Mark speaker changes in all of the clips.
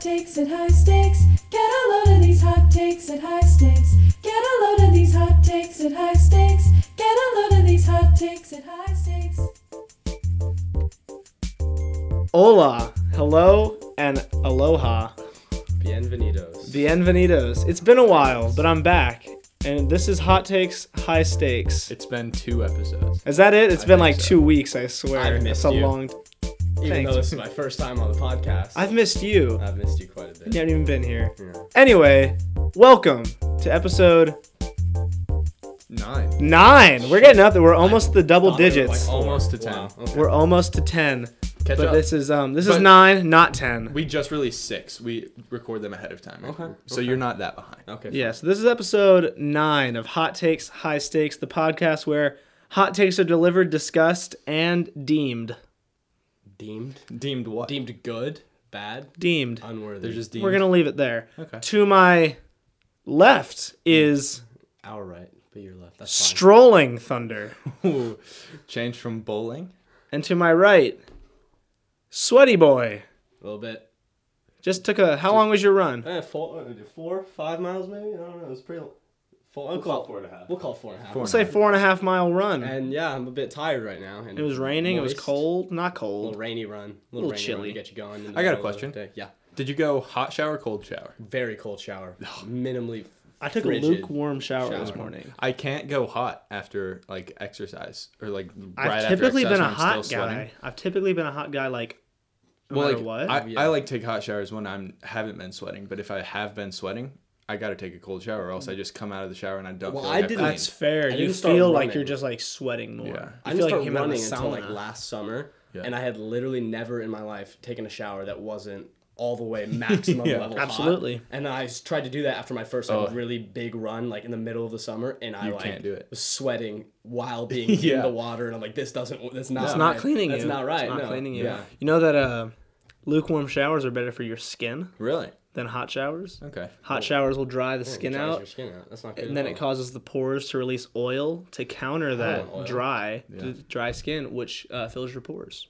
Speaker 1: takes at high stakes. Get a load of these hot takes at high stakes. Get a load of these hot takes at high stakes. Get a load of these hot takes at high stakes.
Speaker 2: Hola, hello, and aloha.
Speaker 3: Bienvenidos.
Speaker 2: Bienvenidos. It's been a while, but I'm back. And this is Hot Takes, High Stakes.
Speaker 3: it's been two episodes.
Speaker 2: Is that it? It's
Speaker 3: I
Speaker 2: been like
Speaker 3: think so.
Speaker 2: two weeks, I swear.
Speaker 3: I've missed
Speaker 2: it's a
Speaker 3: you.
Speaker 2: long
Speaker 3: Even
Speaker 2: thanks.
Speaker 3: though this is my first time on the podcast,
Speaker 2: I've missed you.
Speaker 3: I've missed you quite a bit.
Speaker 2: You haven't even been here.
Speaker 3: Uh, Yeah.
Speaker 2: Anyway, welcome to episode
Speaker 3: Nine.
Speaker 2: nine. We're getting up there. We're almost the double
Speaker 3: Thought it was
Speaker 2: digits.
Speaker 3: like
Speaker 4: Almost
Speaker 3: four.
Speaker 4: to ten.
Speaker 3: Wow, okay.
Speaker 2: We're almost to ten.
Speaker 3: Catch
Speaker 2: But
Speaker 3: up.
Speaker 2: this is um this is
Speaker 4: But-
Speaker 2: nine, not ten.
Speaker 4: We just released six. We record them ahead of time.
Speaker 3: Okay,
Speaker 4: So
Speaker 3: okay.
Speaker 4: you're not that behind.
Speaker 3: okay.
Speaker 2: Yeah, so this is episode nine of Hot Takes, High Stakes, the podcast where hot takes are delivered, discussed, and deemed.
Speaker 3: Deemed.
Speaker 4: Deemed what?
Speaker 3: Deemed good, bad,
Speaker 2: Deemed.
Speaker 3: unworthy.
Speaker 4: They're just deemed.
Speaker 2: We're going to leave it there.
Speaker 4: Okay.
Speaker 2: To my left is
Speaker 3: our right, but you're left. That's fine.
Speaker 2: Strolling Thunder.
Speaker 4: Ooh, change from bowling.
Speaker 2: And to my right, Sweaty Boy.
Speaker 3: A little bit.
Speaker 2: Just took a. How long was your run?
Speaker 3: Eh, four, uh, four, five miles maybe. I don't know. It's pretty. Four, we'll call four and a half. We'll call four and a half.
Speaker 4: Four
Speaker 2: Let's say four and a half mile run.
Speaker 3: And yeah, I'm a bit tired right now. And
Speaker 2: It was raining. It was
Speaker 3: moist.
Speaker 2: cold. Not
Speaker 3: A little
Speaker 2: cold.
Speaker 3: rainy run. A little,
Speaker 2: Little
Speaker 3: rainy
Speaker 2: chilly.
Speaker 3: Run to get you going. in the
Speaker 4: I got a
Speaker 3: middle of the
Speaker 4: question.
Speaker 3: day. Yeah.
Speaker 4: Did you go hot shower, cold shower?
Speaker 3: Very cold shower. Minimally.
Speaker 2: I took a
Speaker 3: frigid.
Speaker 2: lukewarm shower this
Speaker 3: shower.
Speaker 2: morning.
Speaker 4: I can't go hot after like exercise or like right
Speaker 2: I've
Speaker 4: after
Speaker 2: typically
Speaker 4: exercise
Speaker 2: been a
Speaker 4: when I'm
Speaker 2: hot
Speaker 4: still sweating.
Speaker 2: guy. I've typically been a hot guy like no
Speaker 4: Well,
Speaker 2: matter
Speaker 4: like
Speaker 2: what.
Speaker 4: I,
Speaker 3: Oh, Yeah.
Speaker 4: I like take hot showers when I'm haven't been sweating, but if I have been sweating, I gotta take a cold shower, or else I just come out of the shower and I don't.
Speaker 3: Well,
Speaker 4: feel like
Speaker 3: I
Speaker 4: I've
Speaker 3: didn't-
Speaker 4: cleaned.
Speaker 2: That's fair.
Speaker 3: I
Speaker 2: You
Speaker 3: didn't start
Speaker 2: feel like
Speaker 3: running.
Speaker 2: you're just like sweating more.
Speaker 4: Yeah.
Speaker 2: I feel
Speaker 3: I didn't
Speaker 2: like you
Speaker 3: start
Speaker 2: came out of the
Speaker 3: running until
Speaker 2: sauna.
Speaker 3: like last summer,
Speaker 4: Yeah.
Speaker 3: and I had literally never in my life taken a shower that wasn't all the way maximum
Speaker 4: Yeah.
Speaker 3: level. hot.
Speaker 2: Absolutely.
Speaker 3: And I s- tried to do that after my first like,
Speaker 4: Oh.
Speaker 3: really big run, like in the middle of the summer, and I
Speaker 4: You
Speaker 3: like
Speaker 4: can't do it.
Speaker 3: was sweating while being in
Speaker 4: Yeah.
Speaker 3: the water, and I'm like, this doesn't, that's not,
Speaker 2: It's not
Speaker 3: right.
Speaker 2: cleaning
Speaker 3: That's
Speaker 2: you.
Speaker 3: not right.
Speaker 2: It's not
Speaker 3: no.
Speaker 2: cleaning you.
Speaker 3: Yeah.
Speaker 2: You know that uh, lukewarm showers are better for your skin
Speaker 4: really
Speaker 2: than hot showers.
Speaker 4: okay.
Speaker 2: Hot showers will dry the skin
Speaker 3: Oh. Dries
Speaker 2: out,
Speaker 3: your skin out. That's not good.
Speaker 2: and then it causes the pores to release oil to counter that
Speaker 3: want oil.
Speaker 2: dry d- dry skin, which uh, fills your pores.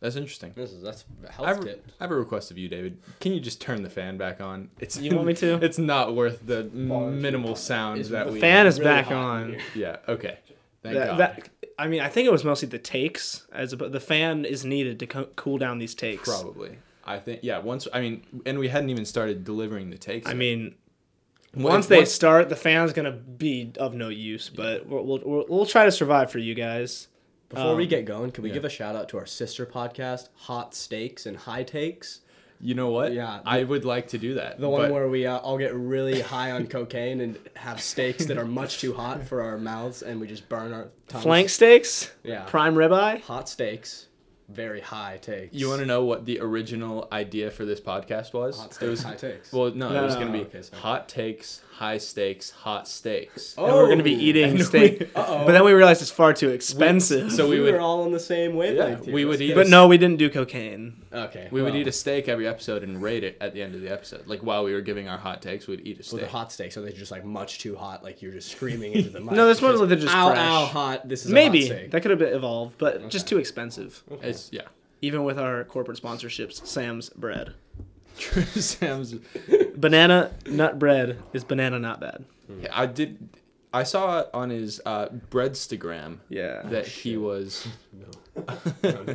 Speaker 4: That's interesting.
Speaker 3: This is that's a
Speaker 4: I
Speaker 3: health
Speaker 4: have,
Speaker 3: tip.
Speaker 4: I have a request of you, David. Can you just turn the fan back on? It's
Speaker 2: You want me to?
Speaker 4: It's not worth the minimal sound that
Speaker 3: the
Speaker 4: we.
Speaker 2: Fan is
Speaker 3: really
Speaker 2: back
Speaker 3: hot in
Speaker 2: on.
Speaker 3: here.
Speaker 4: Yeah. Okay. Thank
Speaker 2: That,
Speaker 4: God.
Speaker 2: that I mean, I think it was mostly the takes. As a, the fan is needed to co- cool down these takes.
Speaker 4: Probably. I think. Yeah. Once. I mean, and we hadn't even started delivering the takes.
Speaker 2: I
Speaker 4: yet.
Speaker 2: mean,
Speaker 4: Once-
Speaker 2: Once they
Speaker 4: once-
Speaker 2: start, the fan's gonna be of no use. But we'll, we'll, we'll, we'll try to survive for you guys.
Speaker 3: Before
Speaker 2: Um,
Speaker 3: we get going, can we give a shout out to our sister podcast, Hot Steaks and High Takes?
Speaker 4: You know what?
Speaker 3: Yeah, the-
Speaker 4: I would like to do that.
Speaker 3: The one
Speaker 4: but
Speaker 3: where we uh, all get really high on cocaine and have steaks that are much too hot for our mouths, and we just burn our tongues.
Speaker 2: Flank steaks,
Speaker 3: Yeah.
Speaker 2: prime ribeye.
Speaker 3: Hot steaks, very high takes.
Speaker 4: You want to know what the original idea for this podcast was?
Speaker 3: Hot
Speaker 4: it
Speaker 3: steaks,
Speaker 4: was
Speaker 3: high takes.
Speaker 4: Well, no,
Speaker 2: No,
Speaker 4: it was
Speaker 2: no,
Speaker 4: going to
Speaker 3: no.
Speaker 4: be
Speaker 3: Okay, sorry.
Speaker 4: hot takes, high stakes, hot steaks.
Speaker 3: Oh,
Speaker 2: And we're gonna be eating steak, but then we realized it's far too expensive.
Speaker 4: so we
Speaker 3: we
Speaker 4: would
Speaker 3: were all on the same wavelength.
Speaker 4: Yeah,
Speaker 3: here.
Speaker 4: we would
Speaker 3: That's
Speaker 4: eat
Speaker 2: but no, we didn't do cocaine.
Speaker 3: good. Okay.
Speaker 4: We would
Speaker 3: well,
Speaker 4: eat a steak every episode and rate it at the end of the episode. Like while we were giving our hot takes, we'd eat a
Speaker 3: Well,
Speaker 4: steak.
Speaker 3: the hot steaks are they just like much too hot? Like you're just screaming into the mic.
Speaker 2: No, this one's like they're just
Speaker 3: ow,
Speaker 2: fresh.
Speaker 3: ow, hot. This is
Speaker 2: Maybe
Speaker 3: a hot steak.
Speaker 2: that could have been evolved, but just too expensive.
Speaker 4: It's yeah.
Speaker 2: Even with our corporate sponsorships, Sam's bread,
Speaker 4: Sam's.
Speaker 2: banana nut bread is banana not bad.
Speaker 4: I did. I saw on his uh, breadstagram
Speaker 2: Yeah.
Speaker 4: that he was
Speaker 3: No, no, no.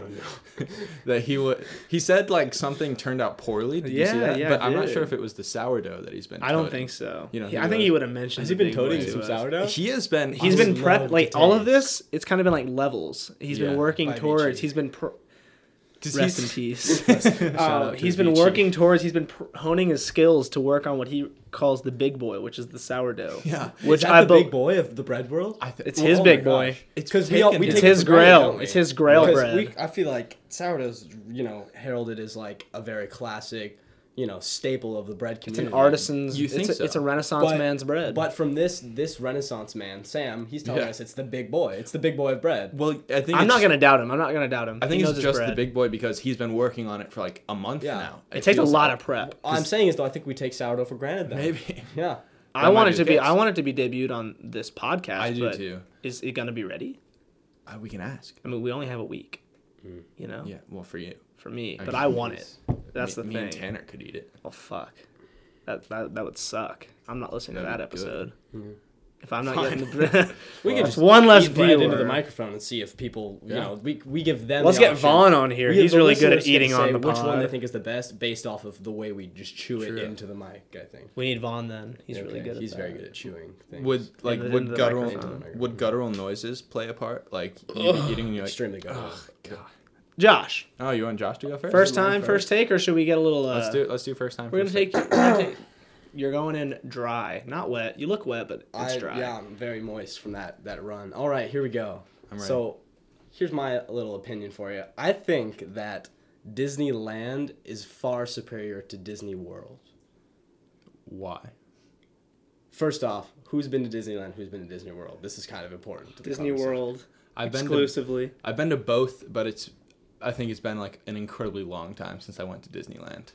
Speaker 4: that he was he said like something turned out poorly. Did you see
Speaker 2: Yeah,
Speaker 4: that?
Speaker 2: yeah,
Speaker 4: But
Speaker 2: I
Speaker 4: I'm not
Speaker 2: did.
Speaker 4: sure if it was the sourdough that he's been.
Speaker 2: I don't
Speaker 4: toting.
Speaker 2: think so.
Speaker 4: You know,
Speaker 2: He-
Speaker 4: he
Speaker 2: I think
Speaker 4: was-
Speaker 2: he would have mentioned.
Speaker 3: Has he
Speaker 2: the
Speaker 3: been
Speaker 2: big
Speaker 3: toting
Speaker 2: boy
Speaker 3: some
Speaker 2: to us.
Speaker 3: sourdough?
Speaker 4: He has been.
Speaker 2: He's
Speaker 4: he's-
Speaker 2: been
Speaker 3: love
Speaker 2: prep
Speaker 3: to
Speaker 2: like all of
Speaker 3: taste.
Speaker 2: this. It's kind of been like levels. He's been
Speaker 4: Yeah,
Speaker 2: working
Speaker 3: by
Speaker 2: towards.
Speaker 3: Vici.
Speaker 2: He's been pr-
Speaker 4: does he-
Speaker 2: rest in peace.
Speaker 4: Shout
Speaker 2: Uh,
Speaker 4: out to
Speaker 2: he's been
Speaker 4: Vici.
Speaker 2: working towards. He's been pr- honing his skills to work on what he calls the big boy, which is the sourdough.
Speaker 4: Yeah.
Speaker 2: which
Speaker 3: Is that
Speaker 2: I
Speaker 3: the
Speaker 2: bel-
Speaker 3: big boy of the bread world?
Speaker 4: I th- oh
Speaker 2: It's his big boy.
Speaker 4: It's
Speaker 3: because we, all-
Speaker 4: taken
Speaker 3: we
Speaker 4: him.
Speaker 3: take
Speaker 2: It's his
Speaker 3: it for granted,
Speaker 2: grail.
Speaker 3: don't we?
Speaker 2: It's his grail
Speaker 3: Because
Speaker 2: bread.
Speaker 3: we- I feel like sourdough's you know heralded as like a very classic you know staple of the bread
Speaker 2: It's
Speaker 3: community.
Speaker 2: an artisan's.
Speaker 4: You
Speaker 2: it's
Speaker 4: think
Speaker 2: a,
Speaker 4: so?
Speaker 2: It's a Renaissance
Speaker 3: But-
Speaker 2: man's bread.
Speaker 3: But from this this Renaissance man Sam, he's telling
Speaker 4: Yeah.
Speaker 3: us it's the big boy. It's the big boy of bread.
Speaker 4: Well, I think
Speaker 2: I'm not
Speaker 4: it's-
Speaker 2: gonna doubt him. I'm not gonna doubt him.
Speaker 4: I
Speaker 2: He
Speaker 4: think
Speaker 2: knows
Speaker 4: it's
Speaker 2: his
Speaker 4: just the
Speaker 2: bread.
Speaker 4: big boy because he's been working on it for like a month
Speaker 3: Yeah.
Speaker 4: now.
Speaker 2: It takes a
Speaker 4: feels
Speaker 2: lot
Speaker 4: like.
Speaker 2: of prep.
Speaker 3: All I'm saying is though, I think we take sourdough for granted. Though.
Speaker 4: Maybe.
Speaker 3: Yeah.
Speaker 2: I want
Speaker 4: might
Speaker 2: it
Speaker 4: be
Speaker 2: to
Speaker 4: the
Speaker 2: be.
Speaker 4: case.
Speaker 2: I want it to be debuted on this podcast.
Speaker 4: I do
Speaker 2: but
Speaker 4: too.
Speaker 2: Is it gonna be ready?
Speaker 4: Uh, we can ask.
Speaker 2: I mean, we only have a week. You know,
Speaker 4: Yeah. Well, for you.
Speaker 2: for me,
Speaker 4: I
Speaker 2: but
Speaker 4: can
Speaker 2: I want it.
Speaker 4: please.
Speaker 2: That's
Speaker 4: me,
Speaker 2: the
Speaker 4: me and
Speaker 2: thing.
Speaker 4: Tanner could eat it.
Speaker 2: Oh fuck, that that, that would suck. I'm not listening to that
Speaker 4: That'd be
Speaker 2: episode.
Speaker 4: good.
Speaker 2: If I'm not
Speaker 4: Fine.
Speaker 2: getting the,
Speaker 3: We
Speaker 2: Well,
Speaker 3: can
Speaker 2: it's
Speaker 3: just
Speaker 2: one less
Speaker 3: eat right into
Speaker 2: viewer.
Speaker 3: the microphone and see if people, you
Speaker 4: Yeah.
Speaker 3: know, we, we give them.
Speaker 2: let's
Speaker 3: the
Speaker 2: get
Speaker 3: option.
Speaker 2: Vaughn on here.
Speaker 3: We-
Speaker 2: He's
Speaker 3: the
Speaker 2: really good
Speaker 3: listeners
Speaker 2: at
Speaker 3: can
Speaker 2: eating
Speaker 3: say
Speaker 2: on the
Speaker 3: which one they
Speaker 2: pod.
Speaker 3: think is the best based off of the way we just chew
Speaker 4: Sure.
Speaker 3: it into the mic. I think
Speaker 2: We need Vaughn then. He's really
Speaker 3: Okay,
Speaker 2: good. At
Speaker 3: He's
Speaker 2: that.
Speaker 3: very good at chewing things.
Speaker 4: Would like
Speaker 2: the- into
Speaker 4: would
Speaker 2: the
Speaker 4: guttural
Speaker 3: Oh
Speaker 2: microphone.
Speaker 4: would guttural noises play a part? Like you be eating and you're like,
Speaker 3: extremely good.
Speaker 4: oh god.
Speaker 2: Josh,
Speaker 4: Oh, you want Josh to go first?
Speaker 2: first
Speaker 3: mine
Speaker 2: time, first
Speaker 3: first.
Speaker 2: take, or should we get a little? Uh,
Speaker 4: Let's do let's do first time.
Speaker 2: We're gonna
Speaker 4: first
Speaker 2: take. we're gonna take- You're going in dry, not wet. You look wet, but it's
Speaker 3: I,
Speaker 2: dry.
Speaker 3: Yeah, I'm very moist from that that run. All right, here we go.
Speaker 4: I'm ready.
Speaker 3: So, here's my little opinion for you. I think that Disneyland is far superior to Disney World.
Speaker 4: Why?
Speaker 3: First off, who's been to Disneyland? Who's been to Disney World? This is kind of important. To the
Speaker 2: Disney
Speaker 3: conversation.
Speaker 2: World
Speaker 4: I've been to,
Speaker 2: exclusively.
Speaker 4: I've been to both, but it's I think it's been like an incredibly long time since I went to Disneyland.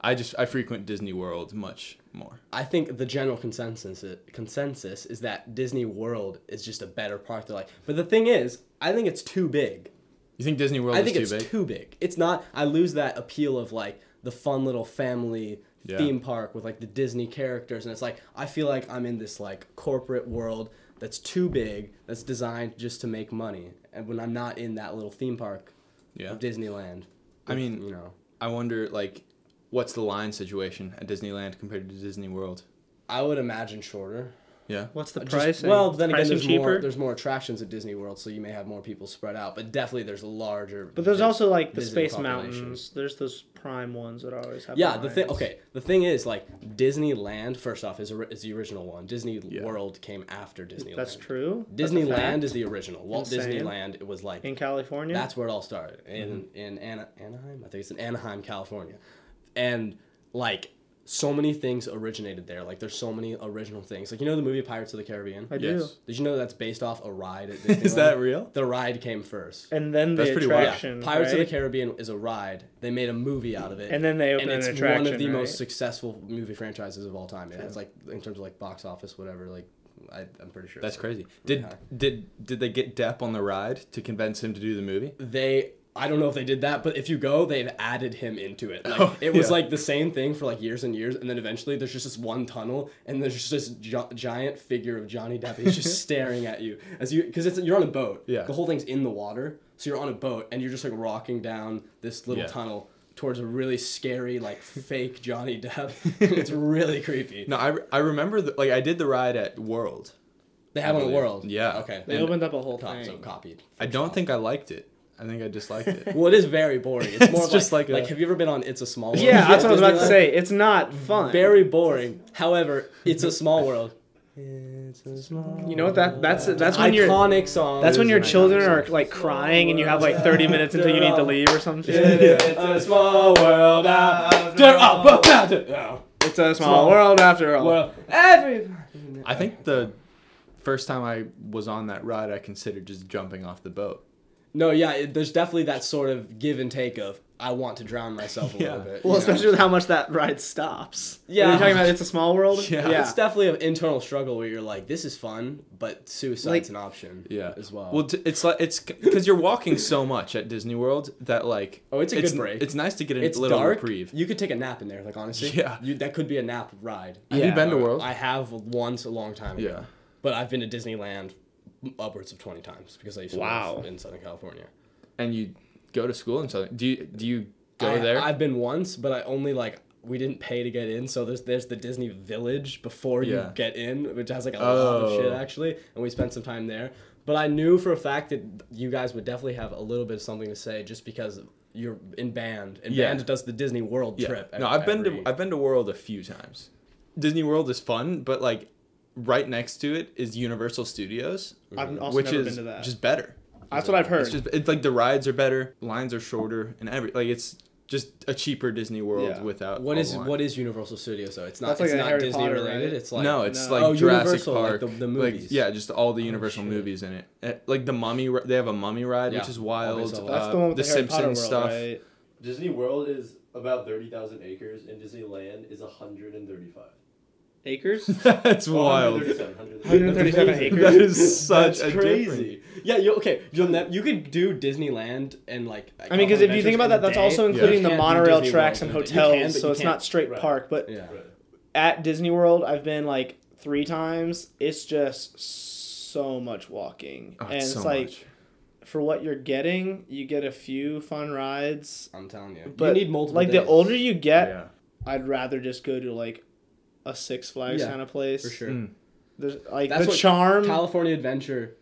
Speaker 4: I just I frequent Disney World much more.
Speaker 3: I think the general consensus consensus is that Disney World is just a better park to like. But the thing is, I think it's too big.
Speaker 4: You think Disney World
Speaker 3: I
Speaker 4: is
Speaker 3: think
Speaker 4: too
Speaker 3: it's
Speaker 4: big?
Speaker 3: too big. It's not. I lose that appeal of like the fun little family
Speaker 4: Yeah.
Speaker 3: theme park with like the Disney characters, and it's like I feel like I'm in this like corporate world that's too big, that's designed just to make money, and when I'm not in that little theme park
Speaker 4: yeah.
Speaker 3: of Disneyland.
Speaker 4: I mean-
Speaker 3: you know,
Speaker 4: I wonder like what's the line situation at Disneyland compared to Disney World?
Speaker 3: I would imagine shorter.
Speaker 4: Yeah.
Speaker 2: What's the
Speaker 3: Just-
Speaker 2: price?
Speaker 3: well, then again,
Speaker 2: pricing
Speaker 3: there's
Speaker 2: cheaper.
Speaker 3: more, there's more attractions at Disney World, so you may have more people spread out. But definitely, there's larger.
Speaker 2: but there's
Speaker 3: vis-
Speaker 2: also like the
Speaker 3: visiting
Speaker 2: Space
Speaker 3: populations.
Speaker 2: Mountains. There's those prime ones that always have.
Speaker 3: Yeah, the thing.
Speaker 2: lions.
Speaker 3: Okay, the thing is, like Disneyland. First off, is, ori- is the original one. Disney
Speaker 4: Yeah.
Speaker 3: World came after Disneyland.
Speaker 2: That's true. That's a
Speaker 3: Disneyland
Speaker 2: fact.
Speaker 3: is the original. Walt
Speaker 2: Insane.
Speaker 3: Disneyland. It was like
Speaker 2: in California. Mm-hmm.
Speaker 3: that's where it all started in in Ana- Anaheim. I think it's in Anaheim, California, and like so many things originated there. Like there's so many original things. Like you know the movie Pirates of the Caribbean.
Speaker 2: I
Speaker 4: Yes.
Speaker 2: do.
Speaker 3: Did you know that's based off a ride at Disneyland?
Speaker 4: Is that real?
Speaker 3: The ride came first.
Speaker 2: And then the
Speaker 4: That's pretty wild. Yeah,
Speaker 2: attraction.
Speaker 3: Pirates
Speaker 2: right?
Speaker 3: of the Caribbean is a ride. They made a movie out of it.
Speaker 2: And then they opened
Speaker 3: and
Speaker 2: an
Speaker 3: it's one
Speaker 2: attraction,
Speaker 3: of the
Speaker 2: right?
Speaker 3: most successful movie franchises of all time. It has like in terms of like box office, whatever. Like I, I'm pretty sure
Speaker 4: That's
Speaker 3: it's-
Speaker 4: crazy. Did
Speaker 3: high.
Speaker 4: did did they get Depp on the ride to convince him to do the movie?
Speaker 3: They I don't know if they did that, but if you go, they've added him into it. Like, it was
Speaker 4: yeah.
Speaker 3: like the same thing for like years and years, and then eventually there's just this one tunnel, and there's just this gi- giant figure of Johnny Depp. He's just staring at you as you because it's you're on a boat.
Speaker 4: Yeah.
Speaker 3: The whole thing's in the water, so you're on a boat, and you're just like rocking down this little
Speaker 4: Yeah.
Speaker 3: tunnel towards a really scary like fake Johnny Depp. it's really creepy.
Speaker 4: No, I, re- I remember the, like I did the ride at World.
Speaker 3: They have
Speaker 4: I
Speaker 3: on a
Speaker 4: believe.
Speaker 3: world.
Speaker 4: Yeah.
Speaker 3: Okay.
Speaker 2: They
Speaker 4: and-
Speaker 2: opened up a whole
Speaker 3: Cop-
Speaker 2: thing.
Speaker 3: so copied.
Speaker 4: I don't think I liked it. I think I disliked it.
Speaker 3: Well, it is very boring. It's more
Speaker 4: It's
Speaker 3: of
Speaker 4: just
Speaker 3: like,
Speaker 4: like
Speaker 3: like,
Speaker 4: a-
Speaker 3: have you ever been on It's a Small World?
Speaker 2: yeah, that's what I was about to
Speaker 3: Disneyland?
Speaker 2: say. It's not fun.
Speaker 3: Very boring. However, It's a Small World.
Speaker 2: you know what? That that's that's when you're
Speaker 3: iconic song.
Speaker 2: that's when your
Speaker 4: an iconic
Speaker 2: children
Speaker 4: song.
Speaker 2: are like crying and you have like 30 minutes until you need to leave or some shit.
Speaker 3: It's a small world after all. But about it. Oh,
Speaker 2: It's a small world after all.
Speaker 3: Well, every.
Speaker 4: I think the first time I was on that ride, I considered just jumping off the boat.
Speaker 3: No, yeah, it, there's definitely that sort of give and take of I want to drown myself a little
Speaker 4: Yeah.
Speaker 3: bit.
Speaker 2: Well,
Speaker 3: you know?
Speaker 2: especially with how much that ride stops.
Speaker 3: Yeah.
Speaker 2: Are you talking about It's a Small World?
Speaker 4: Yeah.
Speaker 3: It's definitely an internal struggle where you're like, this is fun, but
Speaker 2: Like-
Speaker 3: suicide's an option.
Speaker 4: Yeah,
Speaker 3: As well.
Speaker 4: Well, t- it's like it's because you're walking so much at Disney World that like
Speaker 3: Oh, it's a good
Speaker 4: n-
Speaker 3: break.
Speaker 4: It's nice to get a
Speaker 3: it's
Speaker 4: little
Speaker 3: dark.
Speaker 4: reprieve.
Speaker 3: You could take a nap in there, like honestly.
Speaker 4: Yeah.
Speaker 3: You, that could be a nap ride.
Speaker 4: Have you been to World?
Speaker 3: I have once a long time ago.
Speaker 4: Yeah.
Speaker 3: But I've been to Disneyland upwards of 20 times because I used to
Speaker 2: Wow.
Speaker 3: live in Southern California.
Speaker 4: and you go to school and something. Do you do you go
Speaker 3: I,
Speaker 4: there?
Speaker 3: I've been once, but I only like we didn't pay to get in, so there's there's the Disney Village before
Speaker 4: Yeah.
Speaker 3: you get in, which has like a lot of shit
Speaker 4: Oh.
Speaker 3: actually, and we spent some time there. But I knew for a fact that you guys would definitely have a little bit of something to say just because you're in band, and
Speaker 4: Yeah.
Speaker 3: band does the Disney World
Speaker 4: yeah.
Speaker 3: trip.
Speaker 4: no,
Speaker 3: ev-
Speaker 4: I've been
Speaker 3: every-
Speaker 4: to I've been to World a few times. Disney World is fun, but like right next to it is Universal Studios,
Speaker 2: I've also
Speaker 4: which
Speaker 2: never
Speaker 4: is
Speaker 2: been to that.
Speaker 4: just better.
Speaker 2: that's what I've heard.
Speaker 4: It's just it's like the rides are better, lines are shorter, and every like it's just a cheaper Disney World
Speaker 2: Yeah.
Speaker 4: without
Speaker 3: What
Speaker 4: a
Speaker 3: is
Speaker 4: line.
Speaker 3: what is Universal Studios though? It's not
Speaker 2: That's like
Speaker 3: it's
Speaker 2: a
Speaker 3: not
Speaker 2: Harry
Speaker 3: Disney
Speaker 2: Potter,
Speaker 3: related.
Speaker 2: right?
Speaker 3: It's like
Speaker 4: no, it's
Speaker 2: no. Oh,
Speaker 4: like
Speaker 3: Oh,
Speaker 4: Jurassic
Speaker 3: Universal, like
Speaker 4: Park.
Speaker 3: the- the
Speaker 4: like,
Speaker 3: movies.
Speaker 4: yeah, just all the Universal movies in it. Eh, Like the Mummy, ri- they have a Mummy ride,
Speaker 3: Yeah,
Speaker 4: which is wild.
Speaker 3: always a lot.
Speaker 2: that's
Speaker 4: uh,
Speaker 2: the one with the, Harry Potter
Speaker 4: Simpsons
Speaker 2: world,
Speaker 4: stuff.
Speaker 2: right?
Speaker 5: Disney World is about 30,000 acres and Disneyland is 135.
Speaker 2: acres?
Speaker 4: That's wild.
Speaker 2: 137
Speaker 3: That's
Speaker 2: acres.
Speaker 4: That is such
Speaker 3: That's
Speaker 4: a difference.
Speaker 3: crazy. Yeah, you okay? You'll ne- you could do Disneyland and like.
Speaker 2: I mean, because if you think about that, that's also including
Speaker 3: You
Speaker 2: the
Speaker 3: can't do
Speaker 2: monorail
Speaker 3: Disney
Speaker 2: tracks and
Speaker 3: World in a day. You can,
Speaker 2: hotels,
Speaker 3: but
Speaker 2: so
Speaker 3: you
Speaker 2: it's not
Speaker 3: can't.
Speaker 2: straight
Speaker 5: Right.
Speaker 2: park. But
Speaker 3: Yeah.
Speaker 5: Right.
Speaker 2: at Disney World, I've been like three times. It's just so much walking,
Speaker 4: Oh,
Speaker 2: and it's
Speaker 4: so
Speaker 2: like
Speaker 4: much.
Speaker 2: for what you're getting, you get a few fun rides.
Speaker 3: I'm telling you,
Speaker 2: But
Speaker 3: you need multiple.
Speaker 2: Like the
Speaker 3: days.
Speaker 2: older you get,
Speaker 4: yeah.
Speaker 2: I'd rather just go to like a Six Flags
Speaker 3: Yeah,
Speaker 2: kind of place.
Speaker 3: for sure.
Speaker 4: Mm.
Speaker 2: There's like
Speaker 3: That's
Speaker 2: the
Speaker 3: what
Speaker 2: charm.
Speaker 3: California
Speaker 2: Um,
Speaker 3: Adventure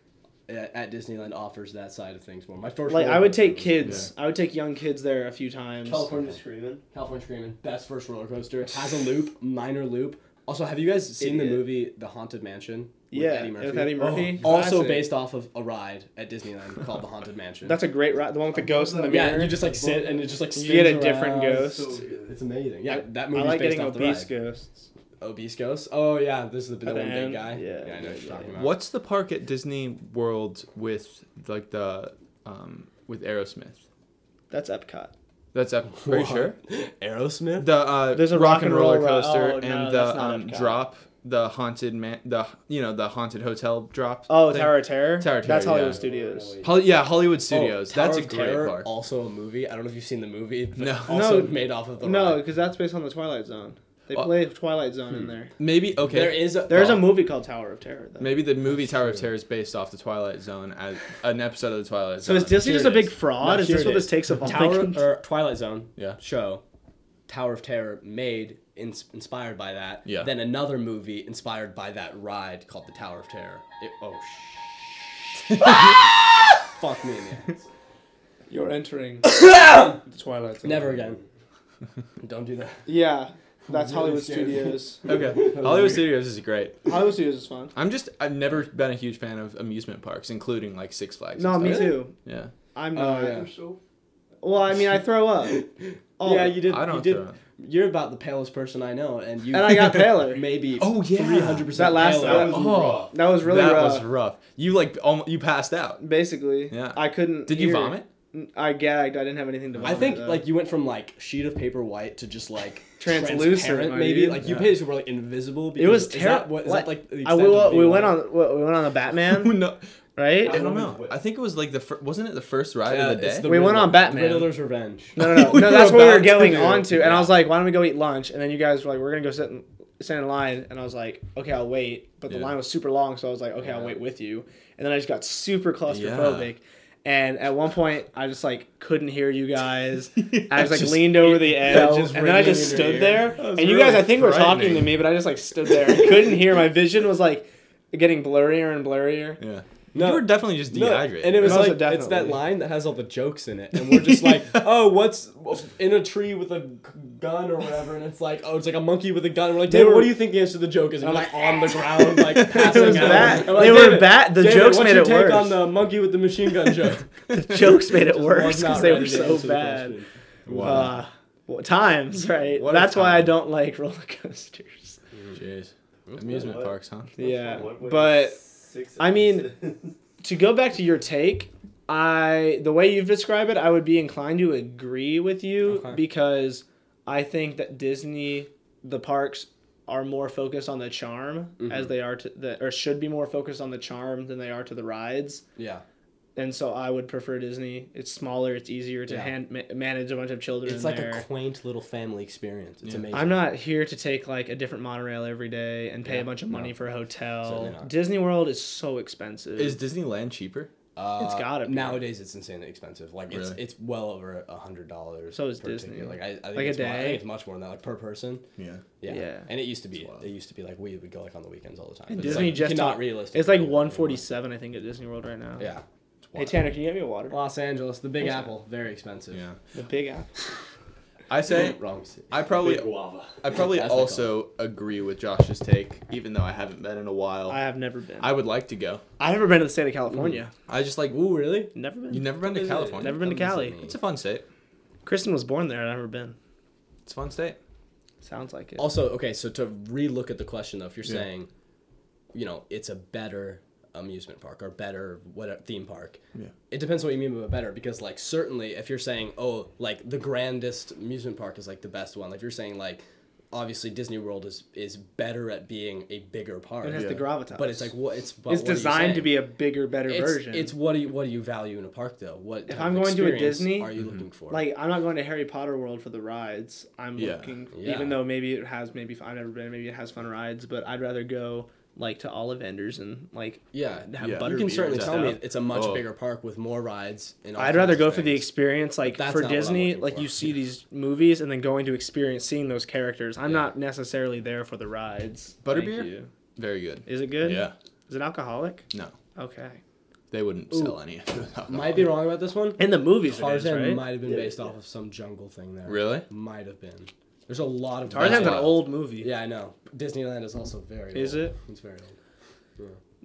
Speaker 3: at, at Disneyland offers that side of things more. My first.
Speaker 2: like
Speaker 3: roller
Speaker 2: I would
Speaker 3: coaster
Speaker 2: take
Speaker 3: was-
Speaker 2: kids. I would take young kids there a few times.
Speaker 5: California Screaming.
Speaker 3: California Screaming, best first roller coaster. Has a loop, minor loop. Also, have you guys seen the
Speaker 2: Idiot.
Speaker 3: movie The Haunted Mansion? with
Speaker 2: yeah, with Eddie Murphy.
Speaker 3: Also
Speaker 2: Classic.
Speaker 3: based off of a ride at Disneyland called The Haunted Mansion.
Speaker 2: That's a great ride. The one with the ghost in the
Speaker 3: yeah,
Speaker 2: mirror.
Speaker 3: you just like sit and it just like
Speaker 2: You get a
Speaker 3: spins
Speaker 2: different
Speaker 3: around.
Speaker 2: ghost.
Speaker 5: So good.
Speaker 3: It's amazing. Yeah, that
Speaker 2: I
Speaker 3: movie's
Speaker 2: like
Speaker 3: based
Speaker 2: getting
Speaker 3: off
Speaker 2: obese
Speaker 3: the ride.
Speaker 2: ghosts.
Speaker 3: Obese ghost. Oh yeah, this is the, the
Speaker 2: At the
Speaker 3: one big
Speaker 2: end, yeah,
Speaker 3: guy. I know what
Speaker 2: yeah,
Speaker 3: you're talking
Speaker 2: yeah.
Speaker 3: about.
Speaker 4: Mm. What's the park at Disney World with like the um with Aerosmith?
Speaker 2: That's Epcot.
Speaker 4: That's up. Are you sure?
Speaker 3: Aerosmith.
Speaker 4: The uh,
Speaker 2: There's a
Speaker 4: rock and roller
Speaker 2: Ro-
Speaker 4: coaster
Speaker 2: oh, no,
Speaker 4: and
Speaker 2: that's
Speaker 4: the
Speaker 2: not
Speaker 4: um,
Speaker 2: Epcot.
Speaker 4: drop, the haunted man, the you know the haunted hotel drop.
Speaker 2: Oh,
Speaker 4: thing.
Speaker 2: Tower of Terror.
Speaker 4: Tower of
Speaker 2: That's
Speaker 4: Terror,
Speaker 2: Hollywood
Speaker 4: yeah.
Speaker 2: Studios.
Speaker 4: Hol- yeah, Hollywood
Speaker 3: Oh,
Speaker 4: Studios.
Speaker 3: Tower
Speaker 4: That's a
Speaker 3: of
Speaker 4: great
Speaker 3: Terror,
Speaker 4: park.
Speaker 3: Also a movie. I don't know if you've seen the movie. But
Speaker 4: No.
Speaker 3: Also
Speaker 2: No.
Speaker 3: made off of the
Speaker 2: No,
Speaker 3: ride.
Speaker 2: because that's based on the Twilight Zone. They
Speaker 4: Uh,
Speaker 2: play Twilight Zone
Speaker 3: hmm.
Speaker 2: in there.
Speaker 4: Maybe okay.
Speaker 3: There is a
Speaker 2: There's a
Speaker 3: oh,
Speaker 2: movie called Tower of Terror though.
Speaker 4: Maybe the movie Tower of Terror is based off the Twilight Zone as an episode of the Twilight
Speaker 2: So
Speaker 4: Zone.
Speaker 2: is Disney
Speaker 3: Here
Speaker 2: just a
Speaker 3: it
Speaker 2: big
Speaker 3: is.
Speaker 2: fraud?
Speaker 3: No,
Speaker 2: is
Speaker 3: here
Speaker 2: this
Speaker 3: it
Speaker 2: what
Speaker 3: is.
Speaker 2: this takes of all
Speaker 3: Tower
Speaker 2: my-
Speaker 3: or Twilight Zone
Speaker 4: Yeah.
Speaker 3: show, Tower of Terror made in, inspired by that.
Speaker 4: Yeah.
Speaker 3: Then another movie inspired by that ride called the Tower of Terror. It, oh sh. Fuck me in the ass.
Speaker 2: You're entering the Twilight Zone.
Speaker 3: Never again. Don't do that.
Speaker 2: Yeah, that's Hollywood
Speaker 3: scared me.
Speaker 2: Studios.
Speaker 4: okay. Hollywood Studios is great.
Speaker 2: Hollywood Studios is fun.
Speaker 4: I'm just I've never been a huge fan of amusement parks, including like Six Flags.
Speaker 2: No,
Speaker 4: and
Speaker 2: me
Speaker 4: stuff.
Speaker 2: too.
Speaker 4: Yeah.
Speaker 2: I'm
Speaker 3: Oh,
Speaker 2: not.
Speaker 3: yeah.
Speaker 5: So
Speaker 2: Well, I mean, I throw up. Oh,
Speaker 3: yeah, you did.
Speaker 4: I
Speaker 3: you
Speaker 4: don't
Speaker 3: did.
Speaker 4: throw up.
Speaker 3: You're about the palest person I know, and you
Speaker 2: And I got paler.
Speaker 3: Maybe.
Speaker 4: Oh, yeah.
Speaker 3: Three hundred percent.
Speaker 2: That last- that was-
Speaker 4: Oh,
Speaker 2: That was really
Speaker 4: that
Speaker 2: rough.
Speaker 4: was rough. You like almost, you passed out.
Speaker 2: Basically,
Speaker 4: Yeah.
Speaker 2: I couldn't.
Speaker 4: Did you
Speaker 2: hear.
Speaker 4: vomit?
Speaker 2: I gagged. I didn't have anything to
Speaker 3: I
Speaker 2: vomit.
Speaker 3: think
Speaker 2: though.
Speaker 3: like you went from like sheet of paper white to just like
Speaker 2: Translucent,
Speaker 3: transparent,
Speaker 2: my
Speaker 3: maybe
Speaker 2: dude.
Speaker 3: like you
Speaker 4: Yeah.
Speaker 3: pages were like invisible. Because
Speaker 2: it was
Speaker 3: is that
Speaker 2: terrible.
Speaker 3: what- is that, like the
Speaker 2: I,
Speaker 3: extent
Speaker 2: we,
Speaker 3: of
Speaker 2: we
Speaker 3: being
Speaker 2: went on what, we went on the Batman,
Speaker 4: no,
Speaker 2: right?
Speaker 4: I don't
Speaker 5: Woman's
Speaker 4: know.
Speaker 5: Whip.
Speaker 4: I think it was like the fir- wasn't it the first ride
Speaker 3: Yeah,
Speaker 4: of the
Speaker 3: it's
Speaker 4: day?
Speaker 3: the
Speaker 2: We went
Speaker 3: Riddler.
Speaker 2: on Batman.
Speaker 3: Riddler's Revenge.
Speaker 2: No, no, no,
Speaker 4: We
Speaker 2: no.
Speaker 4: were
Speaker 2: That's what we were
Speaker 4: about to
Speaker 2: going
Speaker 4: do.
Speaker 2: on to, and I
Speaker 4: Yeah.
Speaker 2: was like, "Why don't we go eat lunch?" And then you guys were like, "We're gonna go sit in, sit in line," and I was like, "Okay, I'll wait." But the
Speaker 4: Yeah.
Speaker 2: line was super long, so I was like, "Okay, I'll wait with you." And then I just got super claustrophobic. And at one point, I just like couldn't hear you guys. I was like
Speaker 4: Just-
Speaker 2: leaned over the edge,
Speaker 4: just
Speaker 2: and then I
Speaker 4: ringing
Speaker 2: just
Speaker 4: in your
Speaker 2: stood
Speaker 4: ear.
Speaker 2: there.
Speaker 4: That was
Speaker 2: And you guys,
Speaker 4: really
Speaker 2: I think, were talking to
Speaker 4: frightening.
Speaker 2: me, but I just like stood there, and couldn't hear. My vision was like getting blurrier and blurrier.
Speaker 4: Yeah.
Speaker 3: No.
Speaker 4: You were definitely just
Speaker 3: No,
Speaker 4: dehydrated.
Speaker 3: and it was
Speaker 2: Most
Speaker 3: like
Speaker 2: definitely.
Speaker 3: it's that line that has all the jokes in it, and we're just like, oh, what's in a tree with a gun or whatever, and it's like, oh, it's like a monkey with a gun. We're like,
Speaker 2: They
Speaker 3: David,
Speaker 2: were-
Speaker 3: what do you think the answer to the joke is? And you're like on the ground, like passing
Speaker 2: was
Speaker 3: out.
Speaker 2: bad.
Speaker 3: I'm like,
Speaker 2: They were
Speaker 3: "David,
Speaker 2: bad. The
Speaker 3: David,
Speaker 2: jokes
Speaker 3: what's
Speaker 2: made
Speaker 3: your
Speaker 2: it
Speaker 3: take
Speaker 2: worse."
Speaker 3: on the monkey with the machine gun joke.
Speaker 2: Jokes made it
Speaker 3: Just
Speaker 2: worse
Speaker 3: was not
Speaker 2: because they
Speaker 3: ready
Speaker 2: were
Speaker 3: to
Speaker 2: so
Speaker 3: answer the
Speaker 2: bad.
Speaker 3: question.
Speaker 4: wow.
Speaker 2: Uh, well, times, right?
Speaker 4: What a
Speaker 2: That's why I
Speaker 4: time.
Speaker 2: don't like roller coasters.
Speaker 3: uh,
Speaker 4: Jeez. Amusement
Speaker 5: What?
Speaker 4: parks, huh?
Speaker 2: Yeah,
Speaker 5: What was
Speaker 2: but
Speaker 5: six
Speaker 2: I mean-
Speaker 5: episodes?
Speaker 2: to go back to your take, I the way you've described it, I would be inclined to agree with you
Speaker 3: Okay.
Speaker 2: because I think that Disney the parks are more focused on the charm as they are to the or should be more focused on the charm than they are to the rides.
Speaker 3: Yeah,
Speaker 2: And so I would prefer Disney. It's smaller, it's easier to
Speaker 3: Yeah.
Speaker 2: hand ma- manage a bunch of children.
Speaker 3: it's like
Speaker 2: there.
Speaker 3: a quaint little family experience. It's
Speaker 4: Yeah.
Speaker 3: amazing.
Speaker 2: I'm not here to take like a different monorail every day and pay
Speaker 3: Yeah,
Speaker 2: a bunch of money
Speaker 3: no.
Speaker 2: for a
Speaker 3: Certainly
Speaker 2: hotel.
Speaker 3: not.
Speaker 2: Disney World is so expensive.
Speaker 4: Is Disneyland cheaper?
Speaker 3: Uh,
Speaker 2: It's gotta be.
Speaker 3: Nowadays, it's insanely expensive. Like it's
Speaker 4: Really?
Speaker 3: it's well over a hundred dollars.
Speaker 2: So is
Speaker 3: per
Speaker 2: Disney.
Speaker 3: ticket. Like I, I think
Speaker 2: Like a
Speaker 3: it's More, I
Speaker 2: day?
Speaker 3: think it's much more than that. Like per person.
Speaker 4: Yeah.
Speaker 3: Yeah.
Speaker 2: Yeah.
Speaker 3: And it used to be.
Speaker 4: wild.
Speaker 3: It used to be like we would go like on the weekends all the time.
Speaker 2: And
Speaker 3: But
Speaker 2: Disney
Speaker 3: it's like,
Speaker 2: just
Speaker 3: not
Speaker 2: took-
Speaker 3: realistic.
Speaker 2: it's like 147, I think, at Disney World right now.
Speaker 3: Yeah.
Speaker 2: Hey Tanner, can you get me a water?
Speaker 3: Los Angeles, the Big Apple, very expensive.
Speaker 4: Yeah.
Speaker 2: The Big Apple.
Speaker 4: I say
Speaker 3: Wrong. city.
Speaker 4: I probably
Speaker 5: Big guava.
Speaker 4: I probably
Speaker 3: That's the
Speaker 4: also agree with Josh's take, even though I haven't been in a while.
Speaker 2: I have never been.
Speaker 4: I would like to go.
Speaker 2: I've never been to the state of California.
Speaker 4: I just like
Speaker 3: Ooh, really?
Speaker 2: Never been.
Speaker 4: you've never been to
Speaker 3: Is it-
Speaker 4: California.
Speaker 2: Never been to
Speaker 3: That
Speaker 2: Cali.
Speaker 3: doesn't mean-
Speaker 4: It's a fun state.
Speaker 2: Kristen was born there. I've never been.
Speaker 4: It's a fun state.
Speaker 2: Sounds like it.
Speaker 3: Also, okay, so to relook at the question though, if you're
Speaker 4: Yeah.
Speaker 3: saying, you know, it's a better amusement park or better what theme park.
Speaker 4: Yeah.
Speaker 3: It depends what you mean by better because like certainly if you're saying, oh, like the grandest amusement park is like the best one. If you're saying like obviously Disney World is is better at being a bigger park.
Speaker 2: It has the
Speaker 4: Yeah.
Speaker 2: gravitas.
Speaker 3: But it's like what it's but
Speaker 2: it's
Speaker 3: what are you
Speaker 2: designed to
Speaker 3: saying?
Speaker 2: be a bigger, better
Speaker 3: it's,
Speaker 2: version.
Speaker 3: It's what do you what do you value in a park though? What type
Speaker 2: I'm
Speaker 3: of
Speaker 2: going to a
Speaker 3: experience
Speaker 2: Disney,
Speaker 3: are you
Speaker 4: Mm-hmm.
Speaker 3: looking for?
Speaker 2: like I'm not going to Harry Potter World for the rides. I'm
Speaker 4: Yeah.
Speaker 2: looking,
Speaker 3: Yeah.
Speaker 2: even though maybe it has maybe I've never been, maybe it has fun rides, but I'd rather go like to Ollivanders and like
Speaker 3: yeah,
Speaker 2: have
Speaker 4: Yeah.
Speaker 2: butter.
Speaker 3: you can
Speaker 2: beer
Speaker 3: certainly
Speaker 2: and
Speaker 3: tell me
Speaker 2: stuff.
Speaker 3: it's a much
Speaker 4: Oh.
Speaker 3: bigger park with more rides. And all
Speaker 2: I'd rather
Speaker 3: kinds of
Speaker 2: go for the
Speaker 3: things.
Speaker 2: experience, like
Speaker 3: That's
Speaker 2: for
Speaker 3: not what I'm
Speaker 2: Disney,
Speaker 3: looking
Speaker 2: like
Speaker 3: for.
Speaker 2: you see these movies and then going to experience seeing those characters. I'm not necessarily there for the rides. Thank
Speaker 4: Butterbeer?
Speaker 2: you.
Speaker 4: Very good.
Speaker 2: Is it good?
Speaker 4: Yeah.
Speaker 2: Is it alcoholic?
Speaker 4: No,
Speaker 2: Okay.
Speaker 4: they wouldn't sell any.
Speaker 3: Might be wrong about this one.
Speaker 2: In the movies, it is,
Speaker 3: Tarzan
Speaker 2: right?
Speaker 3: might have been based off of some jungle thing there.
Speaker 4: Really?
Speaker 3: Might have been. There's a lot of
Speaker 2: Tarzan's an
Speaker 4: Yeah.
Speaker 2: old movie.
Speaker 3: Yeah, I know. Disneyland is also very.
Speaker 2: Is
Speaker 3: old.
Speaker 2: it?
Speaker 3: It's very old.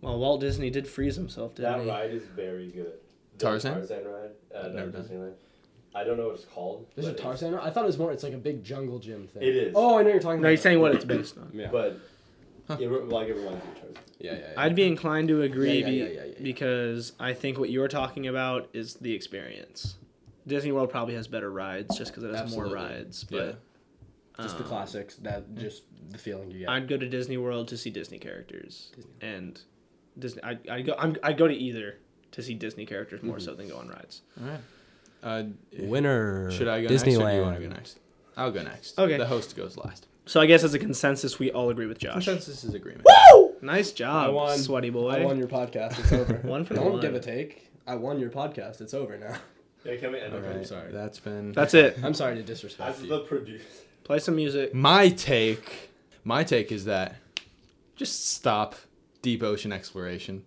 Speaker 2: Well, Walt Disney did freeze himself, didn't
Speaker 5: That
Speaker 2: he?
Speaker 5: ride is very good. The
Speaker 4: Tarzan?
Speaker 5: Tarzan ride. Uh,
Speaker 4: I've never
Speaker 5: no,
Speaker 4: done it.
Speaker 5: Disneyland. I don't know what it's called.
Speaker 3: There's a
Speaker 5: but it's-
Speaker 3: Tarzan. I thought it was more. It's like a big jungle gym thing.
Speaker 5: It is.
Speaker 3: Oh, I know you're talking.
Speaker 2: No,
Speaker 3: about
Speaker 2: he's saying what it's based on.
Speaker 3: Yeah.
Speaker 5: But it, re- like it reminds me of Tarzan.
Speaker 3: yeah, yeah, yeah.
Speaker 2: I'd be inclined to agree
Speaker 3: Yeah, yeah,
Speaker 2: be-
Speaker 3: yeah, yeah, yeah.
Speaker 2: because I think what you're talking about is the experience. Disney World probably has better rides just because it has
Speaker 3: Absolutely.
Speaker 2: more rides,
Speaker 4: Yeah.
Speaker 2: but
Speaker 3: just
Speaker 4: Oh.
Speaker 3: the
Speaker 2: um,
Speaker 3: classics. That just the feeling you get.
Speaker 2: I'd go to Disney World to see Disney characters, and Disney. I'd, I'd go. I'm, I'd go to either to see Disney characters
Speaker 3: Mm-hmm.
Speaker 2: more so than go on rides.
Speaker 4: All right. Uh,
Speaker 3: Winner.
Speaker 4: should I go next or do you want to go next? I'll go next.
Speaker 2: Okay.
Speaker 4: The host goes last.
Speaker 2: So I guess as a consensus, we all agree with Josh.
Speaker 4: Consensus is agreement.
Speaker 2: Nice job,
Speaker 3: I won.
Speaker 2: sweaty boy.
Speaker 3: I won your podcast. It's over.
Speaker 2: One for the
Speaker 3: Don't
Speaker 2: one.
Speaker 3: give a take. I won your podcast. It's over now.
Speaker 5: Yeah, can we end
Speaker 4: All
Speaker 5: it?
Speaker 4: right.
Speaker 3: I'm sorry.
Speaker 4: That's been
Speaker 2: That's it.
Speaker 3: I'm sorry to disrespect
Speaker 5: As
Speaker 3: you.
Speaker 5: the producer.
Speaker 2: Play some music.
Speaker 4: my take. My take is that just stop deep ocean exploration.